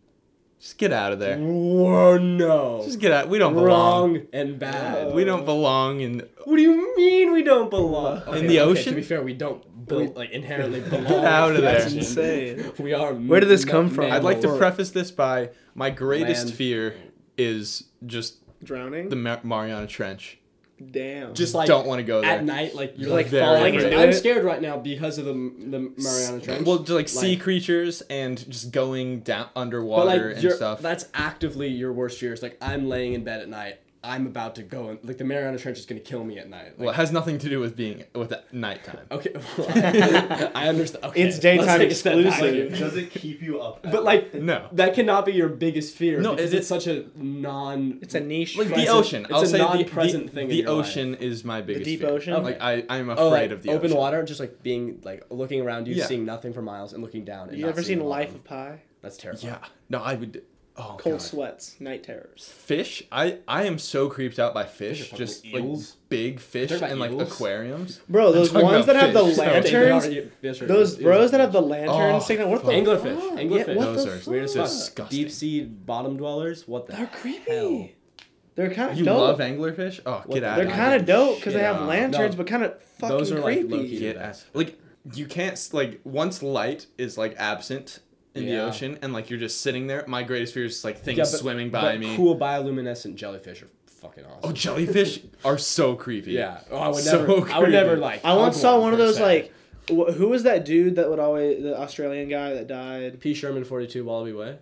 Speaker 4: Just get out of there.
Speaker 3: Whoa, no.
Speaker 4: Just get out. We don't belong.
Speaker 3: Wrong and bad.
Speaker 4: We don't belong in
Speaker 3: What do you mean we don't belong?
Speaker 4: In the ocean?
Speaker 3: To be fair, we don't bel- like inherently belong.
Speaker 4: out of
Speaker 3: That's
Speaker 4: there.
Speaker 3: insane. We are.
Speaker 2: Where did this come from?
Speaker 4: I'd like to
Speaker 2: Or-
Speaker 4: preface this by my greatest
Speaker 3: Land.
Speaker 4: fear is just
Speaker 2: Drowning.
Speaker 4: the Mar- Mariana Trench.
Speaker 2: Damn.
Speaker 3: Just like
Speaker 4: don't wanna go there.
Speaker 3: at night. Like you're
Speaker 2: Like
Speaker 3: like,
Speaker 4: Very
Speaker 3: falling.
Speaker 4: afraid.
Speaker 3: Into I'm scared right now because of the the Mariana Trench.
Speaker 4: Well, just like, sea creatures and just going down
Speaker 3: but
Speaker 4: underwater
Speaker 3: like
Speaker 4: and
Speaker 3: you're-
Speaker 4: stuff.
Speaker 3: that's actively your worst fear. It's like I'm laying in bed at night. I'm about to go and like the Mariana Trench is gonna kill me at night.
Speaker 4: well,
Speaker 3: Like,
Speaker 4: it has nothing to do with being with that nighttime.
Speaker 3: okay, well, I, I understand. Okay,
Speaker 2: It's daytime
Speaker 3: let's take a step back
Speaker 2: exclusive.
Speaker 3: here.
Speaker 5: Does it keep you up?
Speaker 3: But like
Speaker 4: No.
Speaker 3: that cannot be your biggest fear.
Speaker 4: No,
Speaker 3: No, because
Speaker 4: it-
Speaker 3: it's such a non.
Speaker 2: it's a niche.
Speaker 4: Like the
Speaker 3: Present-
Speaker 4: ocean.
Speaker 3: it's
Speaker 4: I'll
Speaker 3: a
Speaker 4: say the,
Speaker 3: non-present
Speaker 4: the,
Speaker 3: thing in
Speaker 4: the
Speaker 3: your life.
Speaker 4: ocean is my biggest
Speaker 2: deep
Speaker 4: fear.
Speaker 2: ocean?
Speaker 4: Like I, I'm afraid
Speaker 3: Oh, like,
Speaker 4: of the
Speaker 3: open
Speaker 4: ocean.
Speaker 3: water, just like being like looking around you,
Speaker 4: Yeah.
Speaker 3: seeing nothing for miles, and looking down. And
Speaker 2: you
Speaker 3: not
Speaker 2: ever
Speaker 3: seeing
Speaker 2: seen
Speaker 3: the
Speaker 2: Life
Speaker 3: bottom.
Speaker 2: of Pi?
Speaker 3: That's terrifying.
Speaker 4: Yeah. No, I would. Oh,
Speaker 2: Cold
Speaker 4: God.
Speaker 2: sweats, night terrors.
Speaker 4: Fish. I I am so creeped out by fish.
Speaker 3: fucking
Speaker 4: Just
Speaker 3: eels.
Speaker 4: like big fish
Speaker 3: Talking about
Speaker 4: and like
Speaker 3: eels?
Speaker 4: aquariums.
Speaker 2: Bro, those
Speaker 4: talking
Speaker 2: ones
Speaker 4: about
Speaker 2: that have the
Speaker 4: fish.
Speaker 3: They- they
Speaker 2: lanterns.
Speaker 3: already- fish are-
Speaker 2: Those
Speaker 3: it's-
Speaker 2: bros that have the lantern
Speaker 4: Oh,
Speaker 2: signal. What the
Speaker 4: fuck.
Speaker 3: Anglerfish.
Speaker 2: fuck?
Speaker 3: Anglerfish.
Speaker 2: Yeah, what
Speaker 4: Those
Speaker 2: the
Speaker 4: are
Speaker 2: fuck?
Speaker 4: weird as
Speaker 3: Fuck,
Speaker 4: fuck?
Speaker 3: Deep sea bottom dwellers. What the?
Speaker 2: They're creepy.
Speaker 3: hell?
Speaker 2: They're kind of
Speaker 4: You
Speaker 2: dope.
Speaker 4: love anglerfish? Oh, get
Speaker 3: the-
Speaker 4: out.
Speaker 2: They're
Speaker 3: Yeah,
Speaker 2: kind of
Speaker 3: dude.
Speaker 2: dope because they
Speaker 4: Shit.
Speaker 2: have lanterns,
Speaker 3: No.
Speaker 2: but kind of fucking
Speaker 3: Those are, like,
Speaker 2: creepy.
Speaker 3: low-key.
Speaker 4: get out. Like you can't s- like once light is like absent in the
Speaker 3: Yeah.
Speaker 4: ocean and like you're just sitting there. My greatest fear is like things
Speaker 3: Yeah, but-
Speaker 4: swimming by
Speaker 3: but
Speaker 4: me.
Speaker 3: Cool bioluminescent jellyfish are fucking
Speaker 4: Oh,
Speaker 3: awesome.
Speaker 4: jellyfish are so creepy.
Speaker 3: yeah. Oh, I would
Speaker 4: So
Speaker 3: never. I would never
Speaker 4: creepy.
Speaker 3: like.
Speaker 2: I once
Speaker 3: hug
Speaker 2: saw one of
Speaker 3: for a
Speaker 2: those
Speaker 3: second.
Speaker 2: like, wh- who was that dude that would always the Australian guy that died?
Speaker 3: P. Sherman forty two Wallaby Way.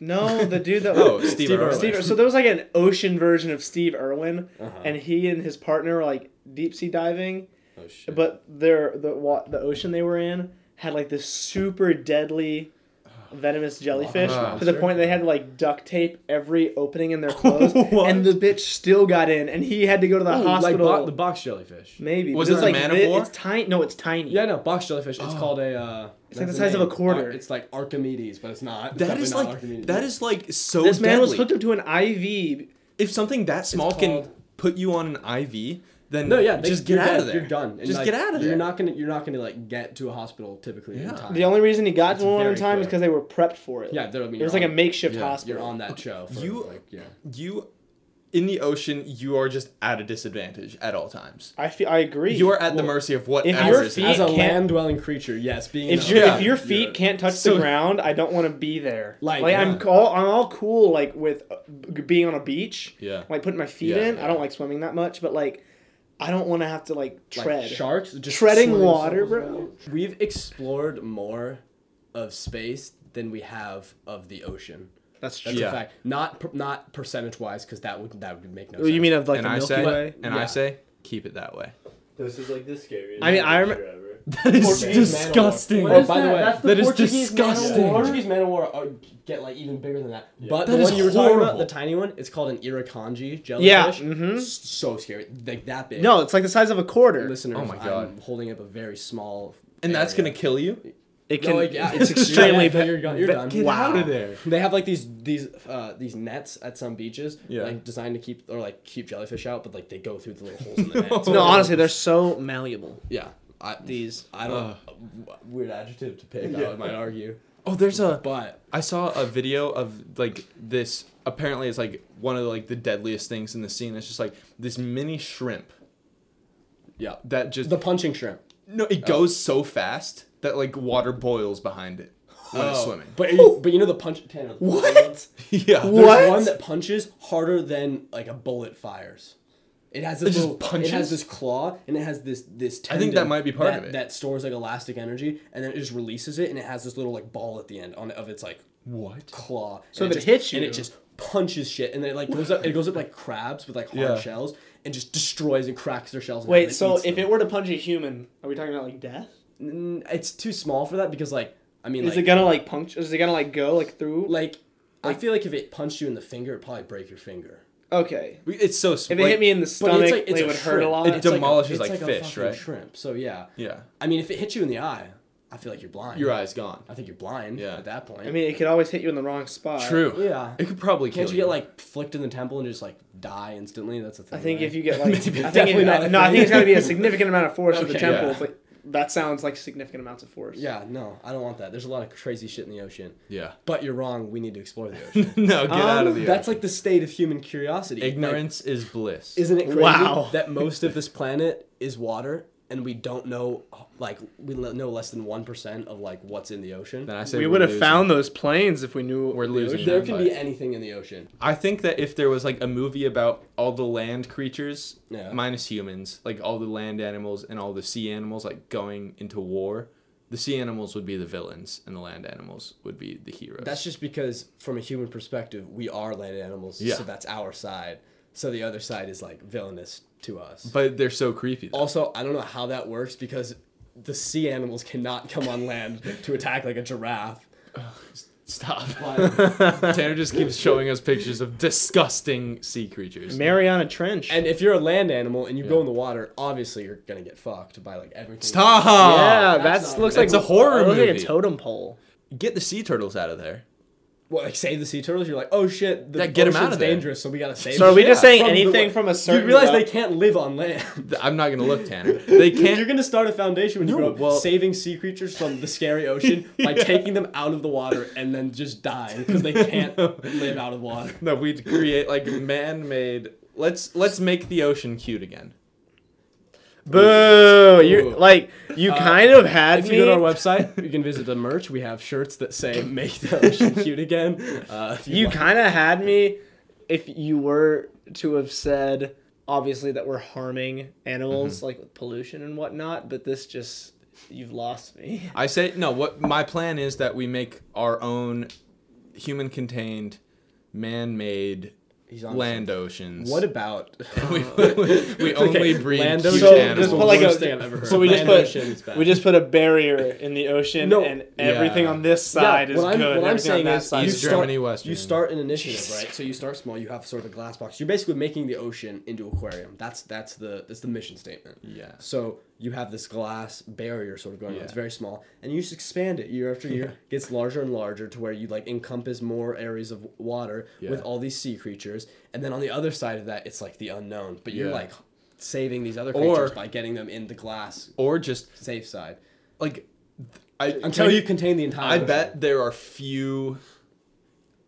Speaker 2: No, the dude that
Speaker 4: Oh,
Speaker 2: would-
Speaker 4: Steve
Speaker 3: Steve
Speaker 4: Irwin.
Speaker 2: Steve. So there was like an ocean version of Steve Irwin,
Speaker 3: Uh-huh.
Speaker 2: and he and his partner were like deep sea diving,
Speaker 3: Oh shit.
Speaker 2: but their the wa- the ocean they were in had like this super deadly venomous jellyfish
Speaker 4: Wow.
Speaker 2: to the point they had to like duct tape every opening in their clothes
Speaker 4: What?
Speaker 2: and the bitch still got in and he had to go to the
Speaker 3: Oh, like
Speaker 2: hospital
Speaker 3: bo- the box jellyfish.
Speaker 2: maybe
Speaker 4: Was
Speaker 2: but
Speaker 4: it
Speaker 2: it's
Speaker 4: the
Speaker 2: like
Speaker 4: man of
Speaker 2: thi-
Speaker 4: war?
Speaker 2: it's tiny no it's tiny
Speaker 3: Yeah, no, box jellyfish.
Speaker 4: Oh.
Speaker 3: It's called a. Uh,
Speaker 2: It's like
Speaker 3: that's
Speaker 2: the size of a
Speaker 3: name.
Speaker 2: quarter.
Speaker 3: Ar- It's like Archimedes, but it's not. It's
Speaker 4: That
Speaker 3: definitely
Speaker 4: is
Speaker 3: not
Speaker 4: like
Speaker 3: Archimedes.
Speaker 4: that is like so.
Speaker 2: this man was
Speaker 4: deadly.
Speaker 2: hooked up to an iv
Speaker 4: If something that small can
Speaker 3: called-
Speaker 4: put you on an IV, then
Speaker 3: No, yeah, they-
Speaker 4: just
Speaker 3: you're
Speaker 4: get out
Speaker 3: dead.
Speaker 4: of there.
Speaker 3: You're done. And,
Speaker 4: Just
Speaker 3: like,
Speaker 4: get out of there.
Speaker 3: You're not gonna. You're not gonna like get to a hospital typically in
Speaker 4: Yeah.
Speaker 3: time.
Speaker 2: the only reason he got
Speaker 3: It's
Speaker 2: to one in
Speaker 3: very
Speaker 2: time is
Speaker 3: quick.
Speaker 2: because they were prepped for it
Speaker 3: yeah, there, I mean,
Speaker 2: it was
Speaker 3: you're
Speaker 2: like a
Speaker 3: on-
Speaker 2: makeshift
Speaker 4: yeah,
Speaker 2: hospital
Speaker 3: You're on that show. For,
Speaker 4: You-
Speaker 3: like, yeah.
Speaker 4: you in the ocean. You are just at a disadvantage at all times.
Speaker 2: i feel i agree
Speaker 4: You are at the
Speaker 3: Well,
Speaker 4: mercy of what
Speaker 2: if
Speaker 4: ever
Speaker 2: your
Speaker 4: is
Speaker 2: feet-
Speaker 4: happening.
Speaker 3: As a
Speaker 2: can't-
Speaker 3: land dwelling creature, yes, being
Speaker 2: If,
Speaker 3: in
Speaker 2: your
Speaker 3: a-
Speaker 4: Yeah.
Speaker 2: if your feet
Speaker 3: you're-
Speaker 2: can't touch
Speaker 4: So-
Speaker 2: the ground, I don't want to be there. Like,
Speaker 3: Like,
Speaker 2: I'm
Speaker 3: yeah.
Speaker 2: all I'm all cool like with uh, b- being on a beach.
Speaker 4: Yeah.
Speaker 2: Like putting my feet
Speaker 4: Yeah,
Speaker 2: in. I don't like swimming that much, but like I don't want to have to like
Speaker 3: like,
Speaker 2: tread.
Speaker 3: sharks just
Speaker 2: Treading
Speaker 3: swimming
Speaker 2: water,
Speaker 3: themselves
Speaker 2: bro.
Speaker 3: around. We've explored more of space than we have of the ocean.
Speaker 2: That's true.
Speaker 3: That's
Speaker 4: Yeah.
Speaker 3: a fact. Not per- not percentage wise, because that would that would make no sense.
Speaker 2: Oh, You mean of like
Speaker 4: and
Speaker 2: the
Speaker 4: I
Speaker 2: Milky
Speaker 4: say,
Speaker 2: Way?
Speaker 4: and I
Speaker 3: Yeah.
Speaker 4: say, keep it that way.
Speaker 5: This is like the scariest.
Speaker 2: I mean, I rem-
Speaker 5: picture ever.
Speaker 4: That is
Speaker 3: Portuguese
Speaker 4: disgusting.
Speaker 3: What is Oh, by the way,
Speaker 6: that's the
Speaker 4: that is
Speaker 6: Portuguese man of
Speaker 4: disgusting.
Speaker 6: war?
Speaker 3: Portuguese man of war are, get like even bigger than that. But
Speaker 4: That
Speaker 3: the
Speaker 4: is
Speaker 3: one you were talking about,
Speaker 4: horrible. mm-hmm.
Speaker 3: the tiny one, it's called an irukandji jellyfish.
Speaker 2: Yeah, mhm.
Speaker 3: S- So scary, like that big.
Speaker 2: No, it's like the size of a quarter.
Speaker 3: listeners,
Speaker 4: Oh my God.
Speaker 3: I'm holding up a very small.
Speaker 4: and that's gonna
Speaker 3: area.
Speaker 4: kill you.
Speaker 2: It can.
Speaker 3: No, like, yeah,
Speaker 2: it's extremely.
Speaker 3: yeah,
Speaker 2: bad.
Speaker 3: you're, done- you're
Speaker 4: Get
Speaker 3: done.
Speaker 4: out of there.
Speaker 3: They have like these these uh, these nets at some beaches,
Speaker 4: Yeah.
Speaker 3: like designed to keep or like keep jellyfish out, but like they go through the little holes in the net.
Speaker 2: no, honestly, they're so malleable.
Speaker 3: yeah, I,
Speaker 2: These.
Speaker 3: I don't weird adjective to pick. I might argue,
Speaker 4: Oh, there's a.
Speaker 3: but
Speaker 4: I saw a video of like this. Apparently, it's like one of the, like the deadliest things in the scene. It's just like this mini shrimp
Speaker 3: yeah,
Speaker 4: that just
Speaker 3: the Oh. punching shrimp.
Speaker 4: no, it goes so fast that like water boils behind it when it's
Speaker 3: Oh,
Speaker 4: swimming.
Speaker 3: But you, but you know the punch. Tanner,
Speaker 4: What? yeah.
Speaker 3: There's
Speaker 2: What?
Speaker 3: one that punches harder than like a bullet fires. It has this
Speaker 4: It just
Speaker 3: little-
Speaker 4: punches?
Speaker 3: It has this claw and it has this this.
Speaker 4: I
Speaker 3: Tendon
Speaker 4: think that might be part
Speaker 3: that-
Speaker 4: of it.
Speaker 3: That stores like elastic energy and then it just releases it and it has this little like ball at the end on of its like
Speaker 4: What?
Speaker 3: claw.
Speaker 2: So
Speaker 3: and
Speaker 2: if it
Speaker 3: just-
Speaker 2: hits
Speaker 3: and
Speaker 2: you-
Speaker 3: it just punches shit and then it like goes up. It goes up like crabs with like hard
Speaker 4: Yeah.
Speaker 3: shells and just destroys and cracks their shells. in half
Speaker 2: Wait,
Speaker 3: and
Speaker 2: so
Speaker 3: eats
Speaker 2: if
Speaker 3: them.
Speaker 2: it were to punch a human, are we talking about like death?
Speaker 3: Mm, it's too small for that because like I mean
Speaker 2: Is
Speaker 3: like,
Speaker 2: it gonna like puncture? Is it gonna like go like through?
Speaker 3: like I feel like if it punched you in the finger, it'd probably break your finger.
Speaker 2: okay.
Speaker 4: It's so. Sp-
Speaker 2: If it hit me in the
Speaker 3: But
Speaker 2: stomach,
Speaker 3: it's like, it's
Speaker 2: it
Speaker 3: a
Speaker 2: would
Speaker 3: shrimp.
Speaker 2: hurt a lot.
Speaker 4: It
Speaker 3: It's like a-
Speaker 4: demolishes,
Speaker 3: it's
Speaker 4: like,
Speaker 3: a
Speaker 4: fish,
Speaker 3: fucking
Speaker 4: right?
Speaker 3: Shrimp. So yeah.
Speaker 4: Yeah.
Speaker 3: I mean, if it hits you in the eye, I feel like you're blind.
Speaker 4: Your eye's gone.
Speaker 3: I think you're blind.
Speaker 4: Yeah.
Speaker 3: At that point.
Speaker 2: I mean, it could always hit you in the wrong spot.
Speaker 4: True.
Speaker 3: Uh, Yeah.
Speaker 4: It could probably kill
Speaker 3: can't you get like flicked in the temple and just like die instantly? That's a thing.
Speaker 2: I think
Speaker 3: right?
Speaker 2: if you get like, I think
Speaker 3: Definitely
Speaker 2: it,
Speaker 3: not a
Speaker 2: no, I
Speaker 3: thing.
Speaker 2: think it's gotta be a significant amount of force with the
Speaker 3: Okay,
Speaker 2: temple.
Speaker 4: yeah.
Speaker 2: It's like that sounds like significant amounts of force.
Speaker 3: Yeah. No, I don't want that. There's a lot of crazy shit in the ocean.
Speaker 4: Yeah.
Speaker 3: But you're wrong. We need to explore the ocean.
Speaker 4: no, get out of the.
Speaker 3: Um, That's like the state of human curiosity. Like,
Speaker 4: ignorance is bliss.
Speaker 3: isn't it crazy
Speaker 2: Wow.
Speaker 3: that most of this planet is water? And we don't know, like we le- know less than one percent of like what's in the ocean.
Speaker 4: then I say
Speaker 2: We
Speaker 4: we're
Speaker 2: would have
Speaker 4: losing.
Speaker 2: found those planes if we knew
Speaker 4: We're
Speaker 2: the
Speaker 4: losing.
Speaker 2: ocean-
Speaker 3: There can
Speaker 4: but-
Speaker 3: be anything in the ocean.
Speaker 4: I think that if there was like a movie about all the land creatures
Speaker 3: Yeah.
Speaker 4: minus humans, like all the land animals and all the sea animals like going into war, the sea animals would be the villains and the land animals would be the heroes.
Speaker 3: That's just because, from a human perspective, we are land animals,
Speaker 4: Yeah.
Speaker 3: so that's our side. So the other side is like villainous to us.
Speaker 4: but they're so creepy. Though.
Speaker 3: also, I don't know how that works because the sea animals cannot come on land to attack like a giraffe.
Speaker 4: Stop.
Speaker 3: But-
Speaker 4: Tanner just keeps showing us pictures of disgusting sea creatures.
Speaker 2: Mariana Trench.
Speaker 3: and if you're a land animal and you
Speaker 4: Yeah.
Speaker 3: go in the water, obviously you're gonna get fucked by like everything.
Speaker 4: Stop.
Speaker 2: yeah,
Speaker 3: that's
Speaker 2: that's,
Speaker 3: not-
Speaker 2: looks
Speaker 4: that's
Speaker 2: like
Speaker 4: a horror
Speaker 2: it looks like a
Speaker 4: movie.
Speaker 2: totem pole.
Speaker 4: Get the sea turtles out of there.
Speaker 3: Well, like save the sea turtles. You're like, oh shit, the
Speaker 4: Yeah, get 'em
Speaker 3: ocean's
Speaker 4: outta there.
Speaker 3: dangerous, so we gotta save.
Speaker 2: So are
Speaker 3: them.
Speaker 2: we just saying
Speaker 3: From the-
Speaker 2: anything from a certain?
Speaker 3: You realize
Speaker 2: level-
Speaker 3: they can't live on land.
Speaker 4: Th- I'm not gonna look, Tanner. They
Speaker 3: You're
Speaker 4: can't.
Speaker 3: gonna start a foundation when you
Speaker 4: No,
Speaker 3: grow up,
Speaker 4: well-
Speaker 3: saving sea creatures from the scary ocean by taking them out of the water and then just dying because they can't live out of water.
Speaker 4: No, we'd create like man-made. Let's let's make the ocean cute again.
Speaker 2: Boo!
Speaker 3: Ooh.
Speaker 2: You're like you kind of had
Speaker 3: If
Speaker 2: me.
Speaker 3: you go to our website, you can visit the merch. We have shirts that say "Make the ocean cute again." Uh, if
Speaker 2: you
Speaker 3: like.
Speaker 2: kind of had me. If you were to have said obviously that we're harming animals like with pollution and whatnot, but this just you've lost me.
Speaker 4: I say no. What my plan is that we make our own human-contained, man-made
Speaker 3: He's on
Speaker 4: land oceans.
Speaker 3: What about?
Speaker 4: we, we only
Speaker 3: Okay,
Speaker 4: breed
Speaker 3: land
Speaker 4: cute
Speaker 3: ocean is
Speaker 4: animals.
Speaker 2: Just put like a-
Speaker 3: worst thing I've ever heard.
Speaker 2: so we just
Speaker 3: Land
Speaker 2: put-
Speaker 3: ocean is bad.
Speaker 2: We just put a barrier in the ocean,
Speaker 3: No.
Speaker 2: and everything
Speaker 4: Yeah.
Speaker 2: on this
Speaker 3: Yeah,
Speaker 2: side is
Speaker 3: what I'm,
Speaker 2: good.
Speaker 3: What I'm
Speaker 2: everything on
Speaker 3: saying
Speaker 2: that
Speaker 3: is,
Speaker 2: side
Speaker 3: you
Speaker 4: East
Speaker 2: is
Speaker 3: start,
Speaker 4: Germany, West
Speaker 3: you
Speaker 4: Germany.
Speaker 3: start an initiative,
Speaker 2: Jesus
Speaker 3: right? So you start small. You have sort of a glass box. You're basically making the ocean into aquarium. That's that's the that's the mission statement.
Speaker 4: Yeah.
Speaker 3: So you have this glass barrier sort of going on. It's
Speaker 4: Yeah.
Speaker 3: very small, and you just expand it year after year. Gets larger and larger to where you like encompass more areas of water with
Speaker 4: Yeah.
Speaker 3: all these sea creatures, and then on the other side of that, it's like the unknown. But you're
Speaker 4: Yeah.
Speaker 3: like saving these other
Speaker 4: Or-
Speaker 3: creatures by getting them in the glass
Speaker 4: or just
Speaker 3: safe side
Speaker 4: like th- I
Speaker 3: until you contain the entire.
Speaker 4: I
Speaker 3: ocean.
Speaker 4: bet there are few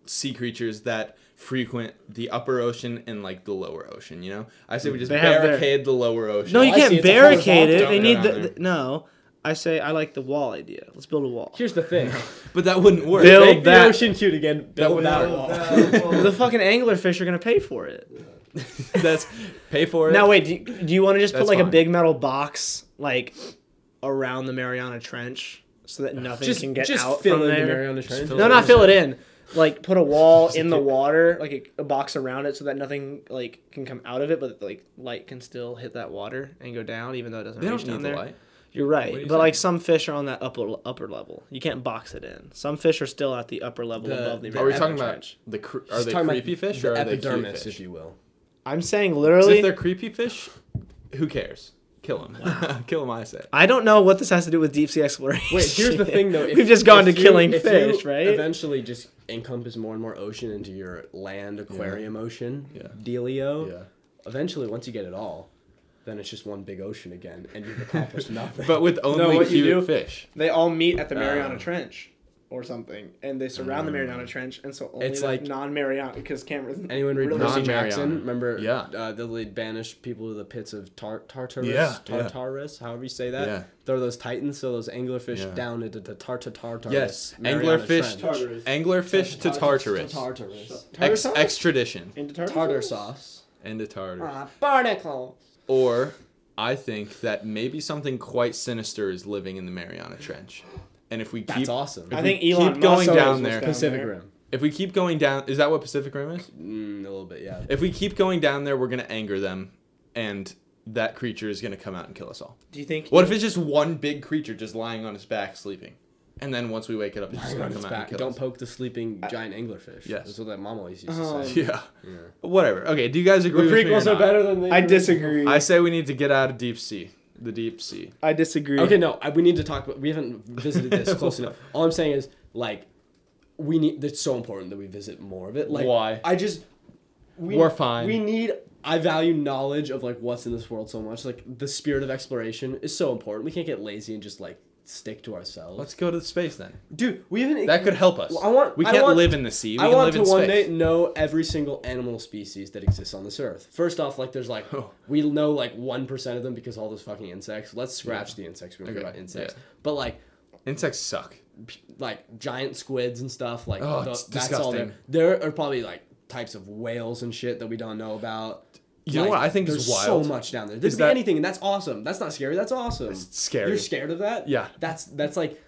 Speaker 4: sea creatures that frequent the upper ocean and like the lower ocean. You know, I say we just
Speaker 2: They have their-
Speaker 4: barricade the lower ocean.
Speaker 2: No, you
Speaker 3: I see,
Speaker 2: can't
Speaker 3: it's a
Speaker 2: barricade
Speaker 3: horizontal-
Speaker 2: it. They need
Speaker 4: Don't go
Speaker 2: the,
Speaker 4: down
Speaker 2: the- no. I say I like the wall idea. Let's build a wall.
Speaker 3: Here's the thing.
Speaker 4: but that wouldn't work.
Speaker 2: Build
Speaker 3: Make
Speaker 2: that.
Speaker 3: the ocean cute again. Build
Speaker 4: would
Speaker 3: that,
Speaker 4: not-
Speaker 3: wall.
Speaker 2: The fucking anglerfish are gonna pay for it.
Speaker 4: That's pay for it.
Speaker 2: Now wait, do you, do you want to just put
Speaker 4: That's
Speaker 2: like a
Speaker 4: fine.
Speaker 2: big metal box like around the Mariana Trench so that nothing
Speaker 3: Just,
Speaker 2: can get
Speaker 3: just
Speaker 2: out
Speaker 3: fill
Speaker 2: from
Speaker 3: in
Speaker 2: there?
Speaker 3: the Mariana Trench.
Speaker 4: fill
Speaker 2: no, not fill it in. Like put a wall in the water, like a, a box around it, so that nothing like can come out of it, but like light can still hit that water and go down, even though it doesn't
Speaker 4: They
Speaker 2: reach
Speaker 4: don't
Speaker 2: down
Speaker 4: need the
Speaker 2: there.
Speaker 4: light.
Speaker 2: You're right,
Speaker 4: What do you
Speaker 2: but
Speaker 4: think?
Speaker 2: like some fish are on that upper upper level. You can't box it in. Some fish are still at the upper level
Speaker 3: The-
Speaker 2: above the.
Speaker 3: the
Speaker 4: Are we
Speaker 2: rabbit
Speaker 4: talking about
Speaker 2: trench.
Speaker 4: the cre- are
Speaker 3: Just
Speaker 4: they
Speaker 3: talking about
Speaker 4: creepy fish
Speaker 3: the
Speaker 4: or are they cute
Speaker 3: epidermis,
Speaker 4: fish?
Speaker 3: if you will?
Speaker 2: I'm saying
Speaker 4: 'Cause
Speaker 2: literally.
Speaker 4: If they're creepy fish, who cares? Kill them. Kill them. I say.
Speaker 2: I don't know what this has to do with deep sea exploration.
Speaker 3: Wait, here's the thing though. If-
Speaker 2: We've just gone to
Speaker 3: if you-
Speaker 2: killing
Speaker 3: if you
Speaker 2: fish, right?
Speaker 3: Eventually, just encompass more and more ocean into your land aquarium ocean
Speaker 4: Yeah.
Speaker 3: dealio.
Speaker 4: Yeah.
Speaker 3: Eventually, once you get it all, then it's just one big ocean again, and you've accomplished nothing.
Speaker 4: But with only
Speaker 2: what you
Speaker 4: cute
Speaker 2: do-
Speaker 4: fish.
Speaker 2: They all meet at the Mariana
Speaker 4: Oh.
Speaker 2: Trench or something, and they surround
Speaker 4: Ah.
Speaker 2: the Mariana Trench, and so only
Speaker 3: It's
Speaker 2: the
Speaker 3: like-
Speaker 2: non-Mariana because Cameron's
Speaker 3: Anyone read Percy
Speaker 4: Non-Mariana.
Speaker 3: Jackson? Remember,
Speaker 4: Yeah.
Speaker 3: uh, the they banished people to the pits of tar- Tartarus,
Speaker 4: Yeah, yeah.
Speaker 3: Tartarus, however you say that.
Speaker 4: Yeah.
Speaker 3: Throw those titans, throw those anglerfish
Speaker 4: Yeah.
Speaker 3: down into the tar- tar- Tartarus.
Speaker 4: Yes.
Speaker 3: Mariana Trench.
Speaker 4: Anglerfish.
Speaker 5: Tartarus.
Speaker 4: Anglerfish to Tartarus.
Speaker 3: Tartarus.
Speaker 4: Ex- extradition
Speaker 2: into tartar, Ah,
Speaker 3: Tartar
Speaker 2: sauce?
Speaker 3: sauce.
Speaker 4: into Tartarus.
Speaker 3: Ah. barnacle.
Speaker 4: Or I think that maybe something quite sinister is living in the Mariana Trench. And if we keep
Speaker 3: That's awesome.
Speaker 2: I
Speaker 4: if
Speaker 2: think
Speaker 4: we
Speaker 2: Elon Musk
Speaker 4: keep going
Speaker 2: knows
Speaker 4: down
Speaker 2: what's
Speaker 4: there,
Speaker 2: down-
Speaker 3: Pacific
Speaker 2: there.
Speaker 3: Rim.
Speaker 4: if we keep going down, is that what Pacific Rim is?
Speaker 3: Mm, a little bit, yeah.
Speaker 4: If we keep going down there, we're gonna anger them, and that creature is gonna come out and kill us all.
Speaker 2: Do you think?
Speaker 4: What if it's just one big creature just lying on its back sleeping, and then once we wake it up, it's just
Speaker 3: Hang on,
Speaker 4: gonna
Speaker 3: it's
Speaker 4: come out
Speaker 3: back.
Speaker 4: and kill
Speaker 3: Don't
Speaker 4: us?
Speaker 3: poke the sleeping giant anglerfish.
Speaker 4: Yes.
Speaker 3: That's what that mom always used to
Speaker 2: Um,
Speaker 3: say.
Speaker 4: Yeah.
Speaker 3: Yeah.
Speaker 4: Whatever. Okay. Do you guys agree? with me or not?
Speaker 3: than the
Speaker 2: I disagree.
Speaker 4: I
Speaker 2: I,
Speaker 4: say we need to get out of deep sea. The deep sea.
Speaker 2: disagree.
Speaker 3: Okay, no, I, we need to talk about. We haven't visited this close enough. All I'm saying is, like, we need. It's so important that we visit more of it. Like,
Speaker 4: Why?
Speaker 3: I just. We,
Speaker 4: We're fine.
Speaker 3: We need. I value knowledge of like what's in this world so much. Like the spirit of exploration is so important. We can't get lazy and just like stick to ourselves.
Speaker 4: Let's go to the space then.
Speaker 3: Dude, we haven't.
Speaker 4: That could help us.
Speaker 3: Well, I want-
Speaker 4: we
Speaker 3: I
Speaker 4: can't
Speaker 3: want-
Speaker 4: live in the sea. We
Speaker 3: I
Speaker 4: can
Speaker 3: want
Speaker 4: live
Speaker 3: to
Speaker 4: in
Speaker 3: one
Speaker 4: space.
Speaker 3: day know every single animal species that exists on this earth. First off, like there's like
Speaker 4: Oh.
Speaker 3: we know like one percent of them because all those fucking insects. Let's scratch the insects. We don't
Speaker 4: Okay,
Speaker 3: care about insects,
Speaker 4: yeah.
Speaker 3: but like
Speaker 4: Insects suck.
Speaker 3: p- like giant squids and stuff. Like
Speaker 4: Oh,
Speaker 3: tho-
Speaker 4: it's
Speaker 3: that's all there.
Speaker 4: disgusting.
Speaker 3: There are probably like types of whales and shit that we don't know about.
Speaker 4: You know what I think is
Speaker 3: there's
Speaker 4: wild?
Speaker 3: so much down there. There
Speaker 4: Is
Speaker 3: could
Speaker 4: that-
Speaker 3: be anything, and that's awesome. That's not scary. That's awesome.
Speaker 4: That's scary.
Speaker 3: You're scared of that?
Speaker 4: Yeah.
Speaker 3: That's that's like.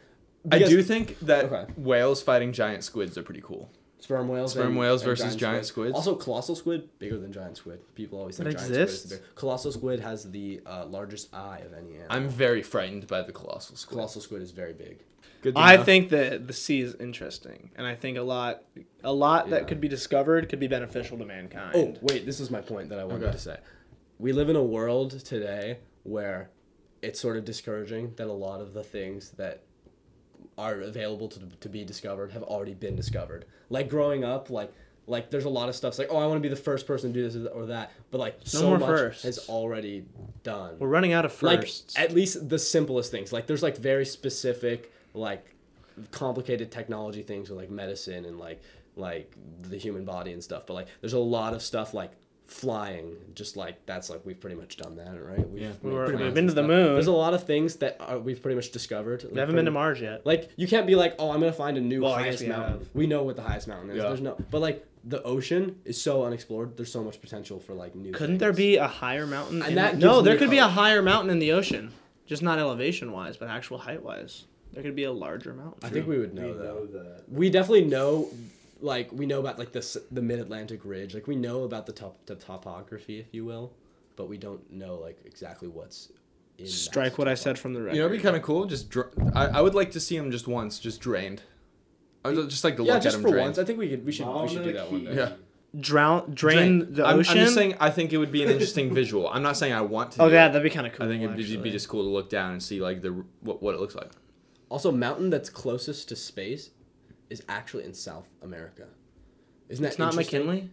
Speaker 4: I
Speaker 3: because
Speaker 4: do think that
Speaker 3: Okay.
Speaker 4: whales fighting giant squids are pretty cool.
Speaker 3: Sperm whales.
Speaker 4: Sperm
Speaker 3: and-
Speaker 4: whales
Speaker 3: and
Speaker 4: versus giant squids.
Speaker 3: Also, colossal squid bigger than giant squid. People always think
Speaker 2: That
Speaker 3: giant squid
Speaker 2: exists?
Speaker 3: is big. Colossal squid has the uh, largest eye of any animal.
Speaker 4: I'm very frightened by the colossal squid.
Speaker 3: colossal squid is very big.
Speaker 4: Good to
Speaker 2: I
Speaker 4: know.
Speaker 2: think that the sea is interesting, and I think a lot, a lot
Speaker 3: Yeah.
Speaker 2: that could be discovered could be beneficial to mankind.
Speaker 3: Oh wait, this is my point that I wanted
Speaker 4: Okay.
Speaker 3: to say. We live in a world today where it's sort of discouraging that a lot of the things that are available to, to be discovered have already been discovered. Like growing up, like like there's a lot of stuff it's like oh I want to be the first person to do this or that, but like so
Speaker 2: more
Speaker 3: much
Speaker 2: firsts.
Speaker 3: has already done.
Speaker 2: we're running out of
Speaker 3: like
Speaker 2: firsts.
Speaker 3: at least the simplest things like there's like very specific like complicated technology things with like medicine and like like the human body and stuff but like there's a lot of stuff like flying just like that's like we've pretty much done that right we've,
Speaker 4: Yeah.
Speaker 3: made
Speaker 2: we were,
Speaker 3: plans
Speaker 2: we've
Speaker 3: and
Speaker 2: been to the
Speaker 3: stuff.
Speaker 2: moon.
Speaker 3: there's a lot of things that are, we've pretty much discovered
Speaker 2: we haven't been to Mars yet.
Speaker 3: like you can't be like, oh, I'm gonna find a new
Speaker 2: Well, I guess
Speaker 3: highest
Speaker 2: we
Speaker 3: mountain.
Speaker 2: have.
Speaker 3: We know what the highest mountain is.
Speaker 4: Yeah.
Speaker 3: There's no, but like the ocean is so unexplored. There's so much potential for like new.
Speaker 2: Couldn't there
Speaker 3: things.
Speaker 2: be a higher mountain?
Speaker 3: And
Speaker 2: in-
Speaker 3: that
Speaker 2: no,
Speaker 3: gives me
Speaker 2: there could be a
Speaker 3: hope.
Speaker 2: higher mountain in the ocean, just not elevation wise, but actual height wise. There could be a larger mountain.
Speaker 3: I think we would
Speaker 5: We
Speaker 3: know though.
Speaker 5: know that.
Speaker 3: we definitely know like we know about like the s- the mid Atlantic ridge. Like we know about the top the topography, if you will, but we don't know like exactly what's in that
Speaker 2: Strike what I said from the record.
Speaker 4: You know, it'd be kind of cool. Just dr- I, I would like to see him just once, just drained. I would just like to
Speaker 3: topography. Yeah,
Speaker 4: look
Speaker 3: just
Speaker 4: at him
Speaker 3: for
Speaker 4: drained.
Speaker 3: once. I think we could we should we
Speaker 5: Mauna
Speaker 3: should do that one
Speaker 5: Kea.
Speaker 3: day.
Speaker 4: Yeah.
Speaker 2: Drown, drain
Speaker 4: Drain.
Speaker 2: the
Speaker 4: I'm,
Speaker 2: ocean.
Speaker 4: I'm just saying. I think it would be an interesting visual. I'm not saying I want to.
Speaker 2: oh
Speaker 4: do
Speaker 2: yeah,
Speaker 4: it.
Speaker 2: that'd be kind of cool.
Speaker 4: I think it'd be-
Speaker 2: actually.
Speaker 4: be just cool to look down and see like the r- what, what it looks like.
Speaker 3: Also, mountain that's closest to space is actually in South America. Isn't that
Speaker 2: It's not
Speaker 3: interesting?
Speaker 2: McKinley.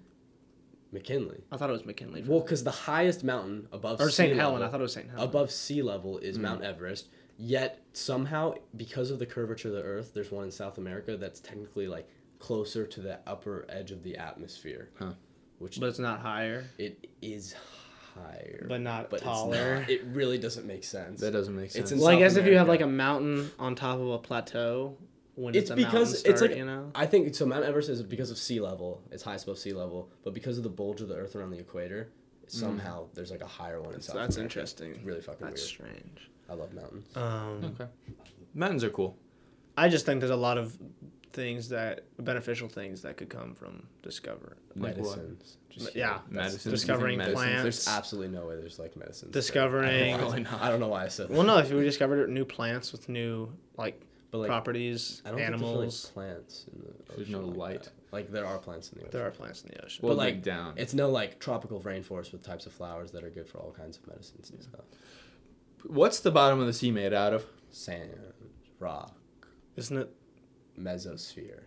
Speaker 3: McKinley.
Speaker 2: I thought it was McKinley.
Speaker 3: Well, because the highest mountain above
Speaker 2: or St.
Speaker 3: sea
Speaker 2: Helen.
Speaker 3: level-
Speaker 2: I thought it was St. Helen.
Speaker 3: above sea level is
Speaker 2: Hmm.
Speaker 3: Mount Everest. Yet somehow, because of the curvature of the Earth, there's one in South America that's technically like closer to the upper edge of the atmosphere,
Speaker 4: Huh.
Speaker 3: which
Speaker 2: but it's not higher.
Speaker 3: it is higher,
Speaker 2: But not
Speaker 3: it's
Speaker 2: taller. uh,
Speaker 3: not. It really doesn't make sense.
Speaker 4: That doesn't make sense.
Speaker 3: It's in
Speaker 2: Well, I
Speaker 3: South
Speaker 2: guess if you have like
Speaker 3: America.
Speaker 2: a mountain on top of a plateau, when
Speaker 3: it's
Speaker 2: it's
Speaker 3: because it's like
Speaker 2: you know.
Speaker 3: I think so. Mount Everest is because of sea level; it's highest above sea level, but because of the bulge of the Earth around the equator, somehow there's like a higher one in
Speaker 2: So
Speaker 3: South.
Speaker 2: Hmm. that's
Speaker 3: America.
Speaker 2: interesting.
Speaker 3: Really fucking
Speaker 2: That's
Speaker 3: weird.
Speaker 2: strange.
Speaker 3: I love mountains.
Speaker 2: Um,
Speaker 4: Mountains are cool.
Speaker 2: I just think there's a lot of things that beneficial things that could come from discover
Speaker 4: Like what?
Speaker 3: medicines.
Speaker 4: Just
Speaker 2: yeah.
Speaker 4: medicines.
Speaker 2: Discovering
Speaker 4: medicines.
Speaker 2: plants.
Speaker 3: There's absolutely no way there's like medicines. that-
Speaker 2: Discovering-
Speaker 3: I don't, know why- I don't know why I said.
Speaker 2: Well,
Speaker 3: that.
Speaker 2: no, if we discovered new plants with new like,
Speaker 3: But, like,
Speaker 2: properties,
Speaker 3: I don't
Speaker 2: animals.
Speaker 3: Think there's, like, plants in the
Speaker 4: There's no
Speaker 3: ocean like
Speaker 4: light.
Speaker 3: that. Like there are plants in the ocean.
Speaker 2: there are plants in the ocean.
Speaker 4: Well,
Speaker 3: But,
Speaker 4: like
Speaker 3: like,
Speaker 4: down.
Speaker 3: It's no like tropical rainforest with types of flowers that are good for all kinds of medicines and stuff.
Speaker 4: What's the bottom of the sea made out of?
Speaker 3: Sand, rock,
Speaker 2: Isn't it?
Speaker 3: mesosphere,